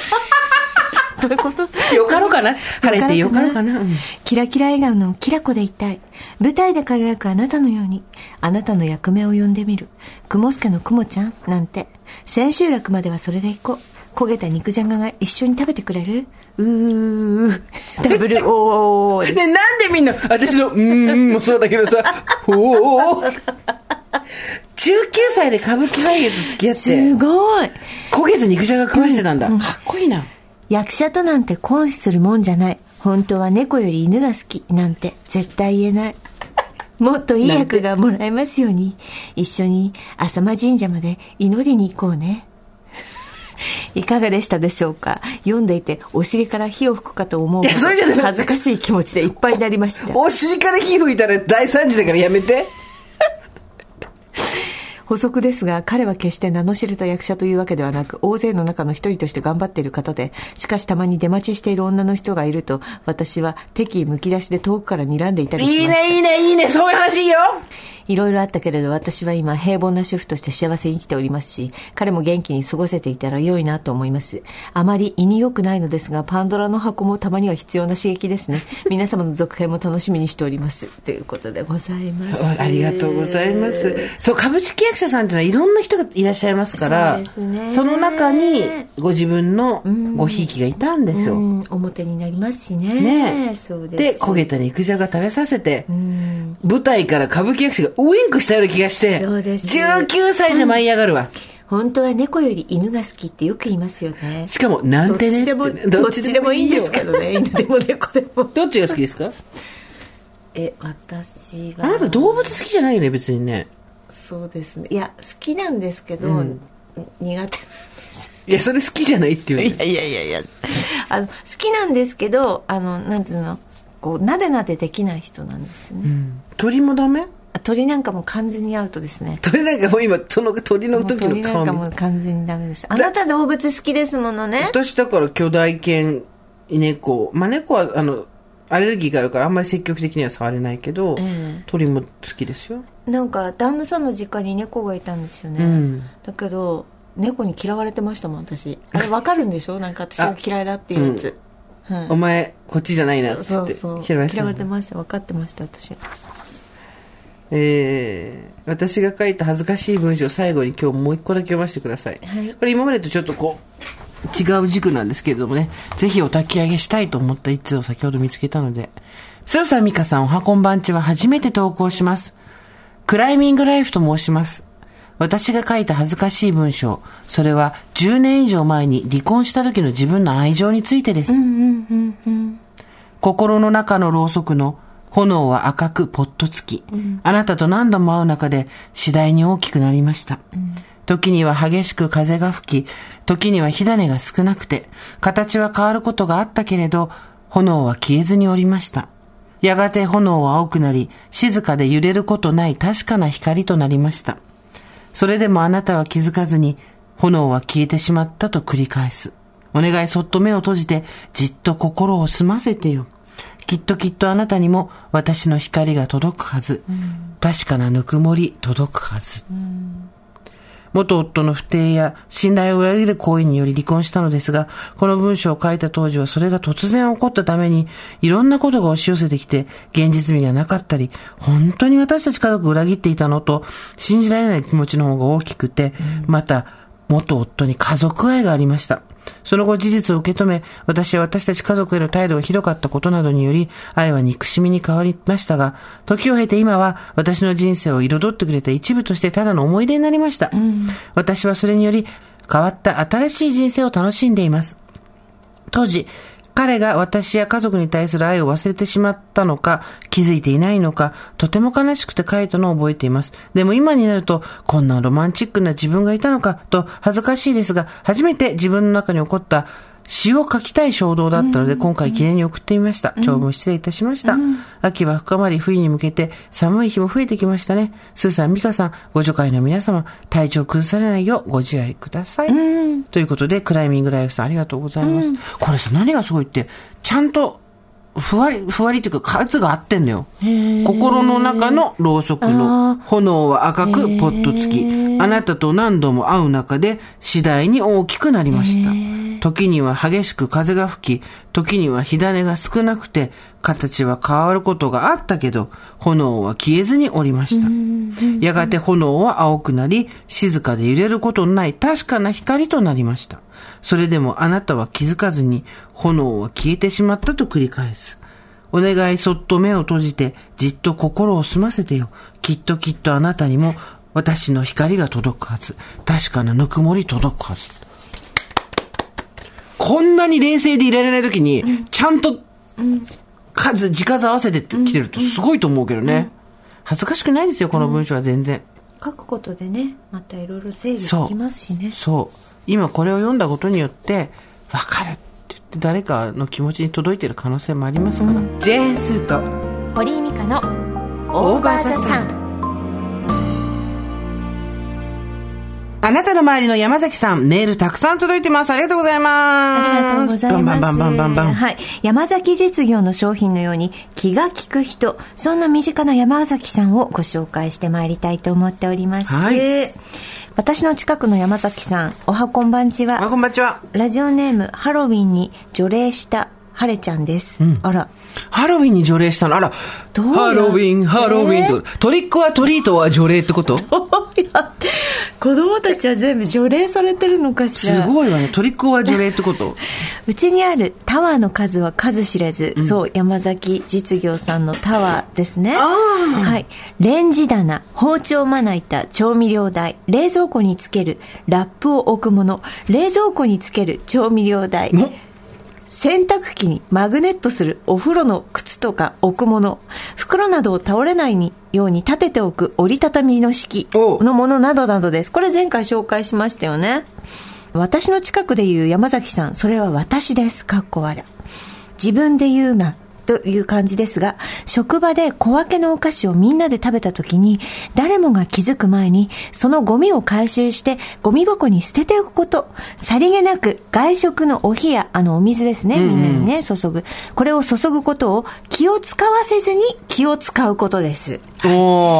[SPEAKER 3] ラ。どういうこと
[SPEAKER 2] よかろうかな晴れてよかろうかなうん
[SPEAKER 3] キラキラ笑顔のキラコでいたい。舞台で輝くあなたのように、あなたの役目を呼んでみる。雲助の雲ちゃんなんて。千秋楽まではそれで行こう。焦げた肉じゃがが一緒に食べてくれるうー、ダブルオーで
[SPEAKER 2] ね、なんでみんな、私の、うーんもそうだけどさ、 (laughs) おお19歳で歌舞伎俳優と付き合っ
[SPEAKER 3] す。す
[SPEAKER 2] て、
[SPEAKER 3] ごい
[SPEAKER 2] 焦げた肉じゃが食わしてたんだ。かっこいいな。
[SPEAKER 3] 役者となんて婚するもんじゃない。本当は猫より犬が好きなんて絶対言えない。もっといい役がもらえますように、一緒に浅間神社まで祈りに行こうね。 (laughs) いかがでしたでしょうか読んでいてお尻から火を吹くかと思うほど
[SPEAKER 2] いやそれじゃダメ
[SPEAKER 3] 恥ずかしい気持ちでいっぱいになりました。
[SPEAKER 2] お尻から火吹いたら大惨事だからやめて。
[SPEAKER 3] 補足ですが、彼は決して名の知れた役者というわけではなく、大勢の中の一人として頑張っている方で、しかしたまに出待ちしている女の人がいると、私は敵意むき出しで遠くから睨んでいたり
[SPEAKER 2] い
[SPEAKER 3] し
[SPEAKER 2] い
[SPEAKER 3] ます。
[SPEAKER 2] ね、いいね、いいね、そういう話いいよ。
[SPEAKER 3] いろいろあったけれど、私は今平凡な主婦として幸せに生きておりますし、彼も元気に過ごせていたら良いなと思います。あまり胃に良くないのですが、パンドラの箱もたまには必要な刺激ですね。皆様の続編も楽しみにしております。ということでございます。
[SPEAKER 2] ありがとうございます。そう、株式役者さんっていうのはいろんな人がいらっしゃいますから、
[SPEAKER 3] そうですね
[SPEAKER 2] その中にご自分のごひいきがいたんですよ。
[SPEAKER 3] うん、表になりますしね。
[SPEAKER 2] ねえ
[SPEAKER 3] そうです。
[SPEAKER 2] で焦げた肉じゃが食べさせて、舞台から歌舞伎役者がウインクしたような気がして、
[SPEAKER 3] そうです
[SPEAKER 2] 19歳じゃ舞い上がるわ。
[SPEAKER 3] 本当は猫より犬が好きってよく言いますよね。
[SPEAKER 2] しかも、なんてねってね。
[SPEAKER 3] どっちでもいいんですけど
[SPEAKER 2] (laughs)
[SPEAKER 3] ね。犬でも猫でも。
[SPEAKER 2] どっちが好きですか
[SPEAKER 3] え、私は。
[SPEAKER 2] あなた動物好きじゃないよね、別にね。
[SPEAKER 3] そうですね。いや、好きなんですけど、苦手なんです。
[SPEAKER 2] いや、それ好きじゃないっていうの。
[SPEAKER 3] いやいやいやいや。あの好きなんですけどあのなんつうのこうなでなでできない人なんですよね、
[SPEAKER 2] 鳥もダメ
[SPEAKER 3] あ鳥なんかもう完全にアウトですね
[SPEAKER 2] 鳥なんかもう今その鳥の時
[SPEAKER 3] 鳥
[SPEAKER 2] の
[SPEAKER 3] なん
[SPEAKER 2] 顔
[SPEAKER 3] か
[SPEAKER 2] 見
[SPEAKER 3] もう完全にダメですあなた動物好きですものね
[SPEAKER 2] 私だから巨大犬猫まあ猫はあのアレルギーがあるからあんまり積極的には触れないけど、
[SPEAKER 3] ええ
[SPEAKER 2] 鳥も好きですよ
[SPEAKER 3] なんか旦那さんの実家に猫がいたんですよね、
[SPEAKER 2] うん
[SPEAKER 3] だけど猫に嫌われてましたもん私あれわかるんで
[SPEAKER 2] (laughs)
[SPEAKER 3] しょなんか私が嫌いだっていうやつ、はい
[SPEAKER 2] お前こっちじゃないなっつ
[SPEAKER 3] そ
[SPEAKER 2] っ
[SPEAKER 3] う
[SPEAKER 2] て
[SPEAKER 3] そう
[SPEAKER 2] 嫌われてた
[SPEAKER 3] 嫌われてました分かってました私
[SPEAKER 2] えー私が書いた恥ずかしい文章を最後に今日もう一個だけ読ませてください、
[SPEAKER 3] はい
[SPEAKER 2] これ今までとちょっとこう違う軸なんですけれどもねぜひお焚き上げしたいと思った一通を先ほど見つけたのでスーさん美香さんおはこんばんちは初めて投稿しますクライミングライフと申します私が書いた恥ずかしい文章それは10年以上前に離婚した時の自分の愛情についてです、心の中のろうそくの炎は赤くポッとつき、あなたと何度も会う中で次第に大きくなりました。時には激しく風が吹き、時には火種が少なくて、形は変わることがあったけれど、炎は消えずにおりました。やがて炎は青くなり、静かで揺れることない確かな光となりました。それでもあなたは気づかずに、炎は消えてしまったと繰り返す。お願いそっと目を閉じて、じっと心を澄ませてよ。きっときっとあなたにも私の光が届くはず。確かなぬくもり届くはず。元夫の不定や信頼を裏切る行為により離婚したのですが、この文章を書いた当時はそれが突然起こったために、いろんなことが押し寄せてきて、現実味がなかったり、本当に私たち家族を裏切っていたのと、信じられない気持ちの方が大きくて、また、元夫に家族愛がありました。その後事実を受け止め、私は私たち家族への態度がひどかったことなどにより、愛は憎しみに変わりましたが、時を経て今は私の人生を彩ってくれた一部としてただの思い出になりました。私はそれにより、変わった新しい人生を楽しんでいます。当時、彼が私や家族に対する愛を忘れてしまったのか、気づいていないのか、とても悲しくて書いたのを覚えています。でも今になると、こんなロマンチックな自分がいたのか、と恥ずかしいですが、初めて自分の中に起こった詩を書きたい衝動だったので、今回記念に送ってみました。長文失礼いたしました。秋は深まり、冬に向けて寒い日も増えてきましたね。スーさん、美香さん、ご助会の皆様、体調崩されないようご自愛ください。ということで、クライミングライフさんありがとうございます。これさ、何がすごいって、ちゃんと、ふわり、ふわりというか、数が合ってんのよ。心の中のろうそくの炎は赤くポッとつき、あなたと何度も会う中で次第に大きくなりました。時には激しく風が吹き、時には火種が少なくて、形は変わることがあったけど、炎は消えずにおりました。やがて炎は青くなり、静かで揺れることのない確かな光となりました。それでもあなたは気づかずに、炎は消えてしまったと繰り返す。お願いそっと目を閉じて、じっと心を澄ませてよ。きっときっとあなたにも、私の光が届くはず。確かなぬくもり届くはず。こんなに冷静でいられないときに、ちゃんと、数、字数合わせてきてるとすごいと思うけどね。恥ずかしくないですよ、この文章は全然。
[SPEAKER 3] 書くことでねまたいろいろ整理で
[SPEAKER 2] そう
[SPEAKER 3] きますしね
[SPEAKER 2] そう。今これを読んだことによって、わかるって言って誰かの気持ちに届いてる可能性もありますから。ジェーンスーと、
[SPEAKER 3] 堀井美香の
[SPEAKER 2] オーバーザさん。あなたの周りの山崎さん、メールたくさん届いてます。ありがとうございます。
[SPEAKER 3] ありがとうございます。
[SPEAKER 2] バンバンバンバンバンバン。
[SPEAKER 3] はい。山崎実業の商品のように気が利く人、そんな身近な山崎さんをご紹介してまいりたいと思っております。
[SPEAKER 2] はい
[SPEAKER 3] 私の近くの山崎さん、おはこんばんちは。
[SPEAKER 2] あ、こんばんちは。
[SPEAKER 3] ラジオネーム、ハロウィンに除霊した、ハレちゃんです。あ (laughs) ら。
[SPEAKER 2] ハロウィンに除霊したのあら、
[SPEAKER 3] どうや
[SPEAKER 2] ハロウィン、ハロウィンと、トリックはトリートは除霊ってこと
[SPEAKER 3] 子供たちは全部除霊されてるのかし
[SPEAKER 2] すごいわね。トリックは除霊っ
[SPEAKER 3] (laughs)
[SPEAKER 2] てこと
[SPEAKER 3] うちにあるタワーの数は数知れず、そう山崎実業さんのタワーですねはいレンジ棚包丁まな板調味料台冷蔵庫につけるラップを置くもの冷蔵庫につける調味料台
[SPEAKER 2] の
[SPEAKER 3] 洗濯機にマグネットするお風呂の靴とか置くもの袋などを倒れないように立てておく折りたたみの式
[SPEAKER 2] おう
[SPEAKER 3] のものなどなどですこれ前回紹介しましたよね私の近くで言う山崎さん、それは私です。かっこ笑。自分で言うな。という感じですが、職場で小分けのお菓子をみんなで食べた時に、誰もが気づく前に、そのゴミを回収して、ゴミ箱に捨てておくこと。さりげなく、外食のお冷や、あの、お水ですね、みんなにね、注ぐ。これを注ぐことを、気を使わせずに気を使うことです。
[SPEAKER 2] おーおー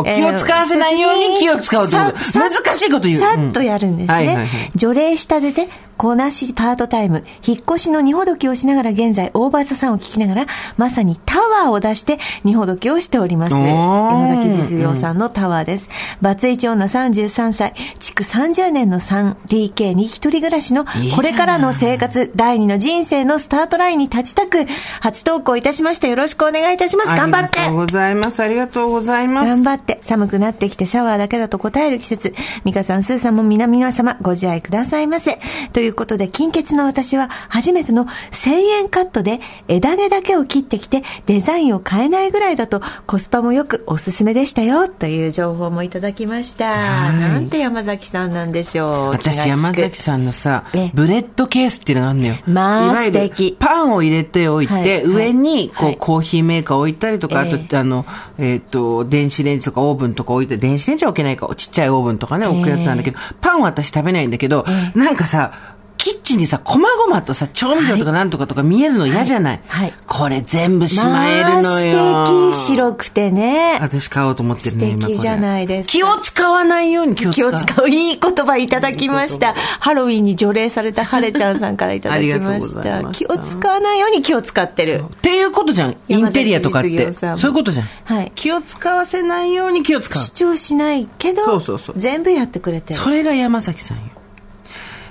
[SPEAKER 2] おー気を使わせないように気を使うってこと
[SPEAKER 3] ささ
[SPEAKER 2] 難しいこと言う
[SPEAKER 3] さ
[SPEAKER 2] うん
[SPEAKER 3] っとやるんですね。
[SPEAKER 2] はいはいはい
[SPEAKER 3] 除霊したでで、こなしパートタイム、引っ越しの荷ほどきをしながら現在、大場さんを聞きながら、まさにタワーを出して荷ほどきをしております。
[SPEAKER 2] おー
[SPEAKER 3] 山崎実業さんのタワーです。バツイチ女33歳、築30年の 3DK に一人暮らしの、
[SPEAKER 2] いいじゃん
[SPEAKER 3] これからの生活、第二の人生のスタートラインに立ちたく、初投稿いたしました。よろしくお願いいたします。頑張って
[SPEAKER 2] ありがとうございます。ありがとうございます。
[SPEAKER 3] 頑張って寒くなってきてシャワーだけだと答える季節美香さんスーさんも皆々様ご自愛くださいませということで金欠の私は初めての1000円カットで枝毛だけを切ってきてデザインを変えないぐらいだとコスパもよくおすすめでしたよという情報もいただきました
[SPEAKER 2] い
[SPEAKER 3] なんて山崎さんなんでしょう気が
[SPEAKER 2] 私
[SPEAKER 3] 利く
[SPEAKER 2] 山崎さんのさ
[SPEAKER 3] ええ、
[SPEAKER 2] ブレッドケースっていうのがあるのよ。
[SPEAKER 3] まあ
[SPEAKER 2] いわゆる
[SPEAKER 3] 素敵
[SPEAKER 2] パンを入れておいて、
[SPEAKER 3] はい
[SPEAKER 2] 上にこう、
[SPEAKER 3] はい
[SPEAKER 2] コーヒーメーカー置いたりとか、
[SPEAKER 3] ええ
[SPEAKER 2] あと、あの、えっ、と、電子レンジとかオーブンとか置いて、電子レンジは置けないか、ちっちゃいオーブンとかね、置くやつなんだけど、パンは私食べないんだけど、なんかさ、キッチンにさ、細々とさ、調味料とかなんとかとか見えるの嫌じゃない、
[SPEAKER 3] はいはい
[SPEAKER 2] これ全部しまえるのよ。
[SPEAKER 3] まあ素敵白くてね
[SPEAKER 2] 私買おうと思ってるね、今
[SPEAKER 3] 素
[SPEAKER 2] これ
[SPEAKER 3] 敵じゃないですか
[SPEAKER 2] 気を使わないように気を使
[SPEAKER 3] 気
[SPEAKER 2] う。
[SPEAKER 3] を使ういい言葉いただきました。ハロウィンに除霊されたハレちゃんさんからいただき
[SPEAKER 2] ありがとう
[SPEAKER 3] ま
[SPEAKER 2] ご
[SPEAKER 3] し
[SPEAKER 2] ざい
[SPEAKER 3] た。
[SPEAKER 2] ま
[SPEAKER 3] 気
[SPEAKER 2] し
[SPEAKER 3] を
[SPEAKER 2] た
[SPEAKER 3] 使わないように気を使ってる。
[SPEAKER 2] っていうことじゃん。インテリアとかっ
[SPEAKER 3] 山崎
[SPEAKER 2] て。
[SPEAKER 3] 実業さんも
[SPEAKER 2] そういうことじゃん。
[SPEAKER 3] はい
[SPEAKER 2] 気を使わせないように気を使う
[SPEAKER 3] 主。張しないけど、
[SPEAKER 2] そうそうそう
[SPEAKER 3] 全部やってくれてる。
[SPEAKER 2] それが山崎さんよ。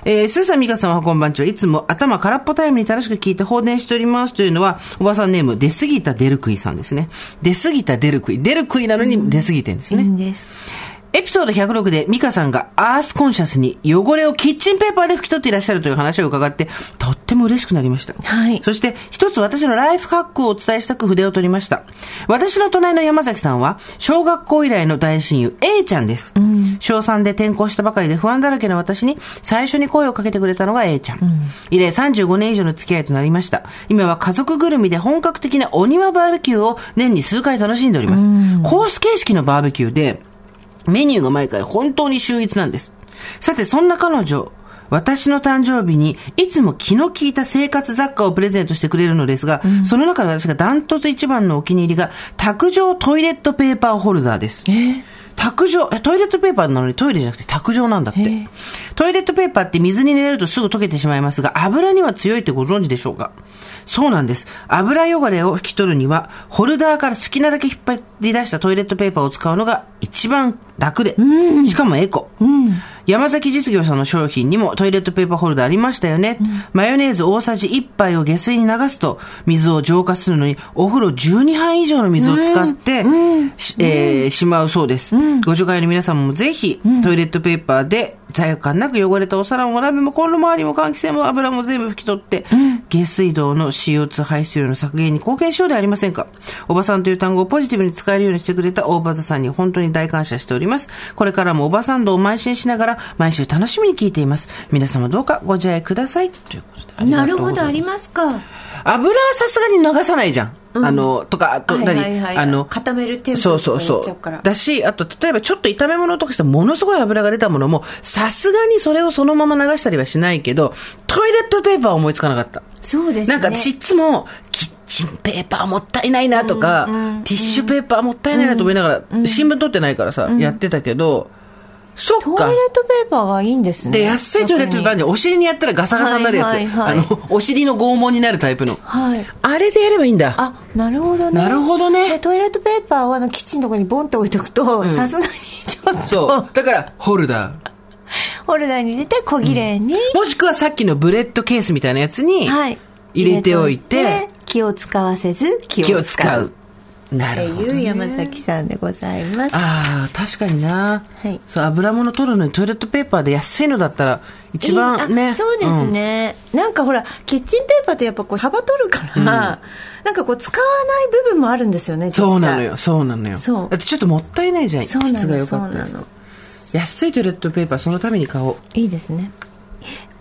[SPEAKER 2] えー、スーさん、ミカさんはこんばんちは。いつも頭空っぽタイムに楽しく聞いて放電しておりますというのは、おばさんネーム、出過ぎたデルクイさんですね。出過ぎたデルクイ。デルクイなのに出過ぎてんです
[SPEAKER 3] いい
[SPEAKER 2] ね。
[SPEAKER 3] んです。
[SPEAKER 2] エピソード106でミカさんがアースコンシャスに汚れをキッチンペーパーで拭き取っていらっしゃるという話を伺って、とっても嬉しくなりました。
[SPEAKER 3] はい
[SPEAKER 2] そして、一つ私のライフハックをお伝えしたく筆を取りました。私の隣の山崎さんは、小学校以来の大親友 A ちゃんです。小3で転校したばかりで不安だらけの私に、最初に声をかけてくれたのが A ちゃん。以来35年以上の付き合いとなりました。今は家族ぐるみで本格的なお庭バーベキューを年に数回楽しんでおります。コース形式のバーベキューで、メニューが毎回本当に秀逸なんです。さて、そんな彼女、私の誕生日にいつも気の利いた生活雑貨をプレゼントしてくれるのですが、その中で私がダントツ一番のお気に入りが、卓上トイレットペーパーホルダーです。卓上、えトイレットペーパーなのにトイレじゃなくて卓上なんだって。トイレットペーパーって水に入れるとすぐ溶けてしまいますが、油には強いってご存知でしょうかそうなんです。油汚れを拭き取るには、ホルダーから好きなだけ引っ張り出したトイレットペーパーを使うのが一番楽で、しかもエコ。山崎実業さんの商品にもトイレットペーパーホルダーありましたよね。マヨネーズ大さじ1杯を下水に流すと、水を浄化するのに、お風呂12杯以上の水を使って、しえーしまうそうです。ご助会の皆さんもぜひ、トイレットペーパーで罪悪感なく汚れたお皿もお鍋もコンロ周りも換気扇も油も全部拭き取って、下水道の CO2 排出量の削減に貢献しようではありませんか。おばさんという単語をポジティブに使えるようにしてくれた大場座さんに本当に大感謝しております。これからもおばさん道を邁進しながら、毎週楽しみに聞いています。皆様どうかご自愛ください。ということでありが
[SPEAKER 3] な
[SPEAKER 2] とう
[SPEAKER 3] る
[SPEAKER 2] ござ
[SPEAKER 3] ほ
[SPEAKER 2] います
[SPEAKER 3] ど、ありますか。
[SPEAKER 2] 油はさすがに流さないじゃん。あの、とか、あと、
[SPEAKER 3] はいはいはい
[SPEAKER 2] 何あの、
[SPEAKER 3] 固めるテンポ
[SPEAKER 2] そうそう
[SPEAKER 3] とかやっちゃ
[SPEAKER 2] そう
[SPEAKER 3] から
[SPEAKER 2] う。だし、あと、例えばちょっと炒め物とかしたらものすごい油が出たものも、さすがにそれをそのまま流したりはしないけど、トイレットペーパーは思いつかなかった。
[SPEAKER 3] そうです
[SPEAKER 2] な
[SPEAKER 3] ね。
[SPEAKER 2] んか私いつも、キッチンペーパーもったいないなとか、ティッシュペーパーもったいないなと思いながら、新聞取ってないからさ、やってたけど、そ
[SPEAKER 3] ト
[SPEAKER 2] っ
[SPEAKER 3] イレ
[SPEAKER 2] か
[SPEAKER 3] ッ。トペーパーがいいんですね。
[SPEAKER 2] で、安いトイレットペーパーあるじゃんお尻にやったらガサガサになるやつ。
[SPEAKER 3] はいはいはい
[SPEAKER 2] あの、お尻の拷問になるタイプの。
[SPEAKER 3] はい。
[SPEAKER 2] あれでやればいいんだ。
[SPEAKER 3] あ、なるほどね。
[SPEAKER 2] なるほどね
[SPEAKER 3] でトイレットペーパーはあのキッチンのとこにボンって置いとくと、さすがにちょっ
[SPEAKER 2] そ
[SPEAKER 3] と
[SPEAKER 2] う。だから、ホルダー。
[SPEAKER 3] ホルダーに入れて小綺麗に、
[SPEAKER 2] もしくはさっきのブレッドケースみたいなやつに、
[SPEAKER 3] はい。
[SPEAKER 2] 入れておいて、
[SPEAKER 3] 気を使わせず気
[SPEAKER 2] 気
[SPEAKER 3] を
[SPEAKER 2] を
[SPEAKER 3] 使
[SPEAKER 2] 使
[SPEAKER 3] う
[SPEAKER 2] う。
[SPEAKER 3] っ
[SPEAKER 2] な
[SPEAKER 3] て
[SPEAKER 2] るほど。
[SPEAKER 3] いう山崎さんでございます。
[SPEAKER 2] ああ、確かにな。
[SPEAKER 3] はい
[SPEAKER 2] そう、油物取るのにトイレットペーパーで安いのだったら、一番
[SPEAKER 3] いいあ
[SPEAKER 2] ね。
[SPEAKER 3] そうです
[SPEAKER 2] ん
[SPEAKER 3] ね、なんかほらキッチンペーパーってやっぱこう幅取るから、なんかこう使わない部分もあるんですよね実際
[SPEAKER 2] そうなのよ、そうなのよ。
[SPEAKER 3] そう
[SPEAKER 2] だってちょっともったいないじゃん。
[SPEAKER 3] そうな
[SPEAKER 2] 質が
[SPEAKER 3] の
[SPEAKER 2] 良
[SPEAKER 3] そ
[SPEAKER 2] か
[SPEAKER 3] う
[SPEAKER 2] った
[SPEAKER 3] な
[SPEAKER 2] りして
[SPEAKER 3] の
[SPEAKER 2] 安いトイレットペーパー、そのために買おう。
[SPEAKER 3] いいですね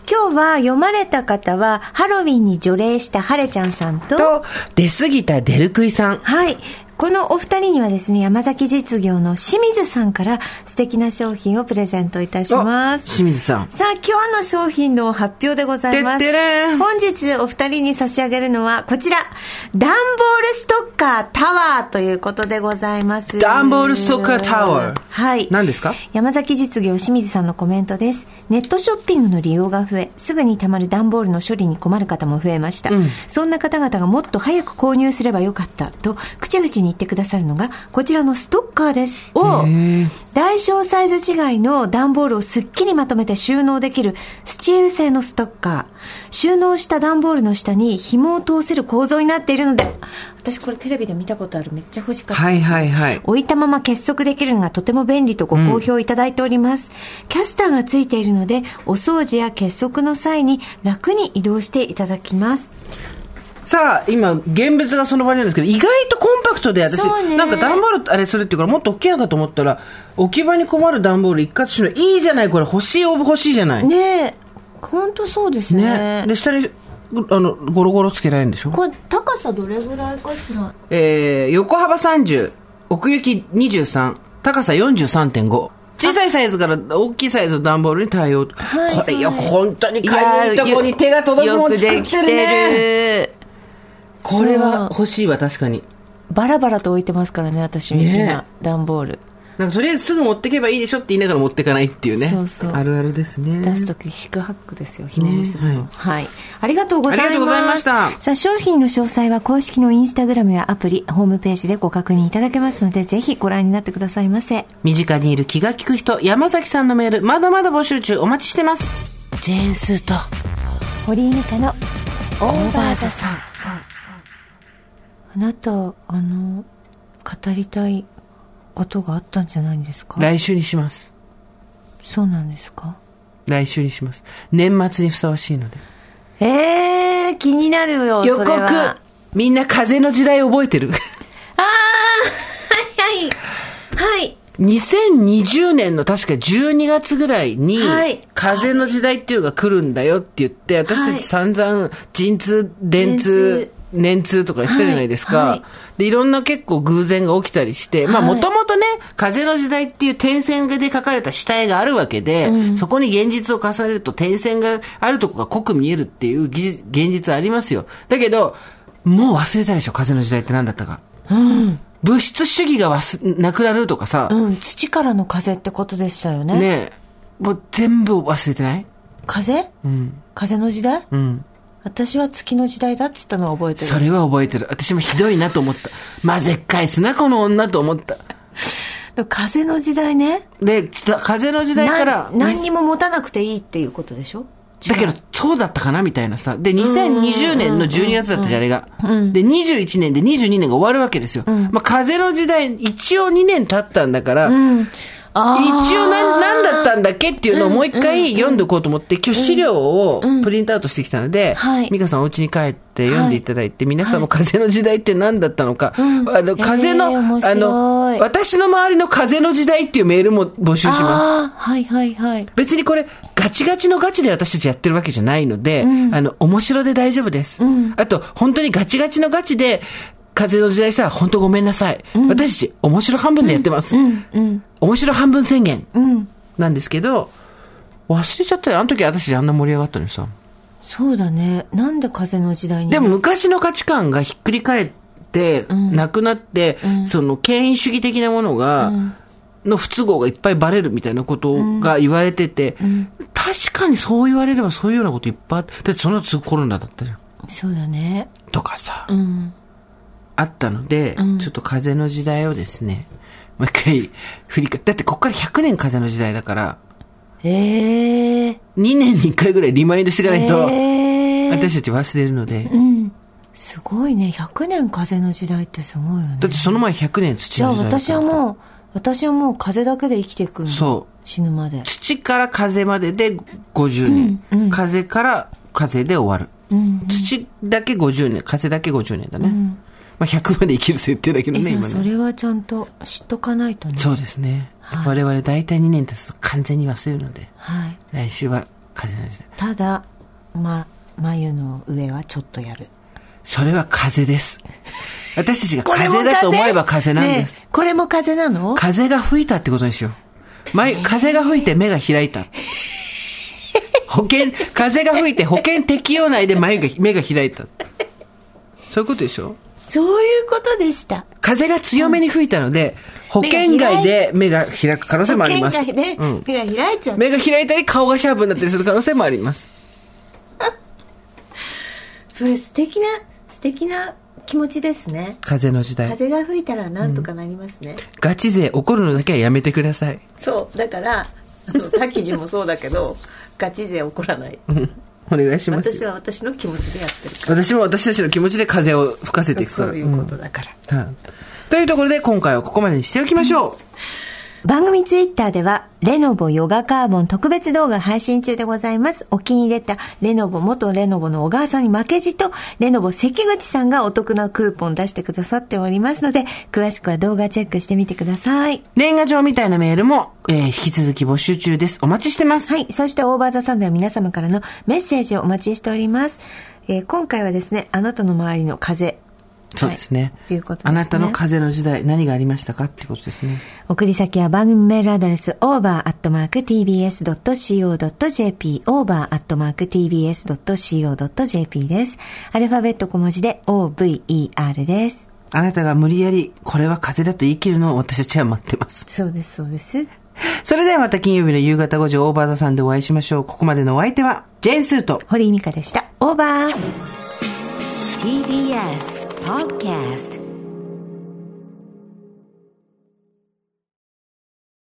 [SPEAKER 3] 今日は読まれた方は、ハロウィンに除霊したハレちゃんさんと、
[SPEAKER 2] と、出過ぎたデルクイさん。
[SPEAKER 3] はい。このお二人にはですね、山崎実業の清水さんから素敵な商品をプレゼントいたします。
[SPEAKER 2] 清水さん。
[SPEAKER 3] さあ、今日の商品の発表でございます。
[SPEAKER 2] てってれーん
[SPEAKER 3] 本日お二人に差し上げるのは、こちら、ダンボールストッカータワーということでございます。
[SPEAKER 2] 段ボールストッカータワー
[SPEAKER 3] はい。
[SPEAKER 2] 何ですか
[SPEAKER 3] 山崎実業清水さんのコメントです。ネットショッピングの利用が増え、すぐに溜まる段ボールの処理に困る方も増えました。そんな方々がもっと早く購入すればよかったと、口々に言ってくださるのが、こちらのストッカーです。を、大小サイズ違いの段ボールをすっきりまとめて収納できるスチール製のストッカー。収納した段ボールの下に紐を通せる構造になっているので、私これテレビで見たことある。めっちゃ欲しかった。
[SPEAKER 2] はいはいはい。
[SPEAKER 3] 置いたまま結束できるのがとても便利とご好評いただいております、キャスターがついているのでお掃除や結束の際に楽に移動していただきます
[SPEAKER 2] さあ、今、現物がその場にあるんですけど、意外とコンパクトで、私、
[SPEAKER 3] そうね
[SPEAKER 2] なんか段ボールあれするっていうから、もっと大きいのかと思ったら、置き場に困る段ボール一括収納、いいじゃない、これ、欲しいオブ欲しいじゃない。ね。
[SPEAKER 3] ねえ本当そうです
[SPEAKER 2] で、下に、あの、ゴロゴロつけられるんでしょ
[SPEAKER 3] これ高さどれぐらいかしら
[SPEAKER 2] えー、横幅30、奥行き23、高さ43.5。小さいサイズから大きいサイズの段ボールに対応。
[SPEAKER 3] い
[SPEAKER 2] これよく本当に買いに行った子に手が届くもん作ってるね。
[SPEAKER 3] ね
[SPEAKER 2] これは欲しいわ、確かに。
[SPEAKER 3] バラバラと置いてますからね私
[SPEAKER 2] ねえ
[SPEAKER 3] 今段ボール
[SPEAKER 2] なんかとりあえずすぐ持ってけばいいでしょって言いながら持ってかないっていうね。
[SPEAKER 3] そうそう
[SPEAKER 2] あるあるですね。
[SPEAKER 3] 出すとき四苦八苦ですよ、紐結ぶの、
[SPEAKER 2] ね
[SPEAKER 3] はい。ありがとうございます。
[SPEAKER 2] ありがとうございました
[SPEAKER 3] さあ、商品の詳細は公式のインスタグラムやアプリ、ホームページでご確認いただけますので、ぜひご覧になってくださいませ。
[SPEAKER 2] 身近にいる気が利く人、山崎さんのメール、まだまだ募集中お待ちしてます。ジェーンスーと、
[SPEAKER 3] 堀井美香の、
[SPEAKER 2] オーバーザさん。
[SPEAKER 3] あなた、あの、語りたいことがあったんじゃないんですか
[SPEAKER 2] 来週にします。
[SPEAKER 3] そうなんですか
[SPEAKER 2] 来週にします。年末にふさわしいので。
[SPEAKER 3] えー、気になるよ、
[SPEAKER 2] 予
[SPEAKER 3] そ
[SPEAKER 2] 告
[SPEAKER 3] れは。は
[SPEAKER 2] みんな風の時代覚えてる
[SPEAKER 3] い。はい。
[SPEAKER 2] 2020年の確か12月ぐらいに、
[SPEAKER 3] はい
[SPEAKER 2] 風の時代っていうのが来るんだよって言って、私たち散々、陣痛、電
[SPEAKER 3] 電
[SPEAKER 2] 通
[SPEAKER 3] 通、
[SPEAKER 2] 年通とかしたじゃないですか。
[SPEAKER 3] はいはい
[SPEAKER 2] で、いろんな結構偶然が起きたりして、まあもともとね、風の時代っていう点線で書かれた死体があるわけで、そこに現実を重ねると点線があるとこが濃く見えるっていう技術現実ありますよ。だけど、もう忘れたでしょ、風の時代って何だったか。物質主義がわすなくなるとかさ、
[SPEAKER 3] うん、土からの風ってことでしたよね。
[SPEAKER 2] ねえもう全部忘れてない
[SPEAKER 3] 風、風の時代、私は月の時代だっつったのは覚えてる
[SPEAKER 2] それは覚えてる。私もひどいなと思った。まぜっかいすな、この女と思った。
[SPEAKER 3] でも風の時代ね
[SPEAKER 2] で、つた風の時代か
[SPEAKER 3] な
[SPEAKER 2] ら、
[SPEAKER 3] 何にも持たなくていいっていうことでしょ
[SPEAKER 2] だけど、そうだったかなみたいなさ。で、2020年の12月だったじゃん、あれが。で、21年で22年が終わるわけですよ。まあ、風の時代、一応2年経ったんだから、一応何、何だったんだっけっていうのをもう一回読んでおこうと思って、今日資料をプリントアウトしてきたので
[SPEAKER 3] はい、
[SPEAKER 2] 美香さんお家に帰って読んでいただいて、皆さんも風の時代って何だったのか、あの、風
[SPEAKER 3] えー
[SPEAKER 2] の
[SPEAKER 3] 面、白い
[SPEAKER 2] あの、私の周りの風の時代っていうメールも募集します。
[SPEAKER 3] ああはいはいはい
[SPEAKER 2] 別にこれ、ガチガチのガチで私たちやってるわけじゃないので、あの、面白で大丈夫です。あと、本当にガチガチのガチで、風の時代したら本当ごめんなさい。私たち、面白半分でやってます。面白半分宣言。なんですけど、忘れちゃったよ。あの時私たちあんな盛り上がったのにさ。
[SPEAKER 3] そうだねなんで風の時代に
[SPEAKER 2] でも昔の価値観がひっくり返って、なくなって、その権威主義的なものが、の不都合がいっぱいバレるみたいなことが言われてて、確かにそう言われればそういうようなこといっぱいあって、だってその次コロナだったじゃん。
[SPEAKER 3] そうだね
[SPEAKER 2] とかさ、
[SPEAKER 3] うん
[SPEAKER 2] あったので、ちょっと風の時代をですね、もう一回振り返だってここから100年風の時代だから、
[SPEAKER 3] ええ
[SPEAKER 2] 2年に1回ぐらいリマインドしていかないと、
[SPEAKER 3] ええ
[SPEAKER 2] 私たち忘れるので、
[SPEAKER 3] すごいね100年風の時代ってすごいよね
[SPEAKER 2] だってその前100年
[SPEAKER 3] じ
[SPEAKER 2] 土
[SPEAKER 3] ゃ
[SPEAKER 2] の
[SPEAKER 3] あ
[SPEAKER 2] 時代だから
[SPEAKER 3] 私はもう私はもう風だけで生きていくの
[SPEAKER 2] そう。
[SPEAKER 3] 死ぬまで
[SPEAKER 2] 土から風までで50年、風から風で終わる、土だけ50年風だけ50年だね、まあ、100まで生きる設定だけど
[SPEAKER 3] え
[SPEAKER 2] ね
[SPEAKER 3] じゃあ
[SPEAKER 2] 今
[SPEAKER 3] そ
[SPEAKER 2] ね
[SPEAKER 3] れはちゃんと知っとかないとね
[SPEAKER 2] そうですね、我々大体2年経つと完全に忘れるので
[SPEAKER 3] はい
[SPEAKER 2] 来週は感じなんですね。
[SPEAKER 4] ただま眉の上はちょっとやる
[SPEAKER 2] それは風
[SPEAKER 3] (laughs)
[SPEAKER 2] です。私たちが風だと思えば風なんです。
[SPEAKER 4] ねえこれも風なの
[SPEAKER 2] 風が吹いたってことにしよう。前、風が吹いて目が開いた。保険、風が吹いて保険適用内で眉が、目が開いた。そういうことでしょ
[SPEAKER 4] そういうことでした
[SPEAKER 2] 風が強めに吹いたので、保険外で目が開く可能性もあります。
[SPEAKER 4] 保険外で
[SPEAKER 2] うん
[SPEAKER 4] 目が開いちゃう、
[SPEAKER 2] 目が開いたり顔がシャープになったりする可能性もあります。
[SPEAKER 4] それ素敵な素敵な気持ちですね
[SPEAKER 2] 風の時代。
[SPEAKER 4] 風が吹いたらなんとかなりますね、
[SPEAKER 2] ガチ勢怒るのだけはやめてください。 (laughs)
[SPEAKER 4] そうだからあの他記事もそうだけど (laughs) ガチ勢起こらない
[SPEAKER 2] お願いしますよ。
[SPEAKER 4] 私は私の気持ちでやってるか
[SPEAKER 2] 私も私たちの気持ちで風を吹かせてい
[SPEAKER 4] ら
[SPEAKER 2] くか
[SPEAKER 4] そ
[SPEAKER 2] ら。
[SPEAKER 4] ういうことだから、
[SPEAKER 2] はいというところで今回はここまでにしておきましょう。
[SPEAKER 3] 番組ツイッターでは、レノボヨガカーボン特別動画配信中でございます。お気に入りだったレノボ元レノボの小川さんに負けじと、レノボ関口さんがお得なクーポン出してくださっておりますので、詳しくは動画チェックしてみてください。
[SPEAKER 2] 年賀状みたいなメールも、えー引き続き募集中です。お待ちしてます。
[SPEAKER 3] はい。そして、オーバーザサンダー皆様からのメッセージをお待ちしております。えー今回はですね、あなたの周りの風。
[SPEAKER 2] そうですね。
[SPEAKER 3] はいということですね
[SPEAKER 2] あなたの風の時代何がありましたかってことですね。
[SPEAKER 3] 送り先は番組メールアドレス over.tbs.co.jp over.tbs.co.jp です。アルファベット小文字で over です。
[SPEAKER 2] あなたが無理やり、これは風だと言い切るのを私たちは待ってます。
[SPEAKER 3] そうです、そうです。
[SPEAKER 2] それではまた金曜日の夕方5時オーバーザさんでお会いしましょう。ここまでのお相手は、ジェーンスーと、
[SPEAKER 3] 堀井美香でした。オーバー
[SPEAKER 5] TBS Podcast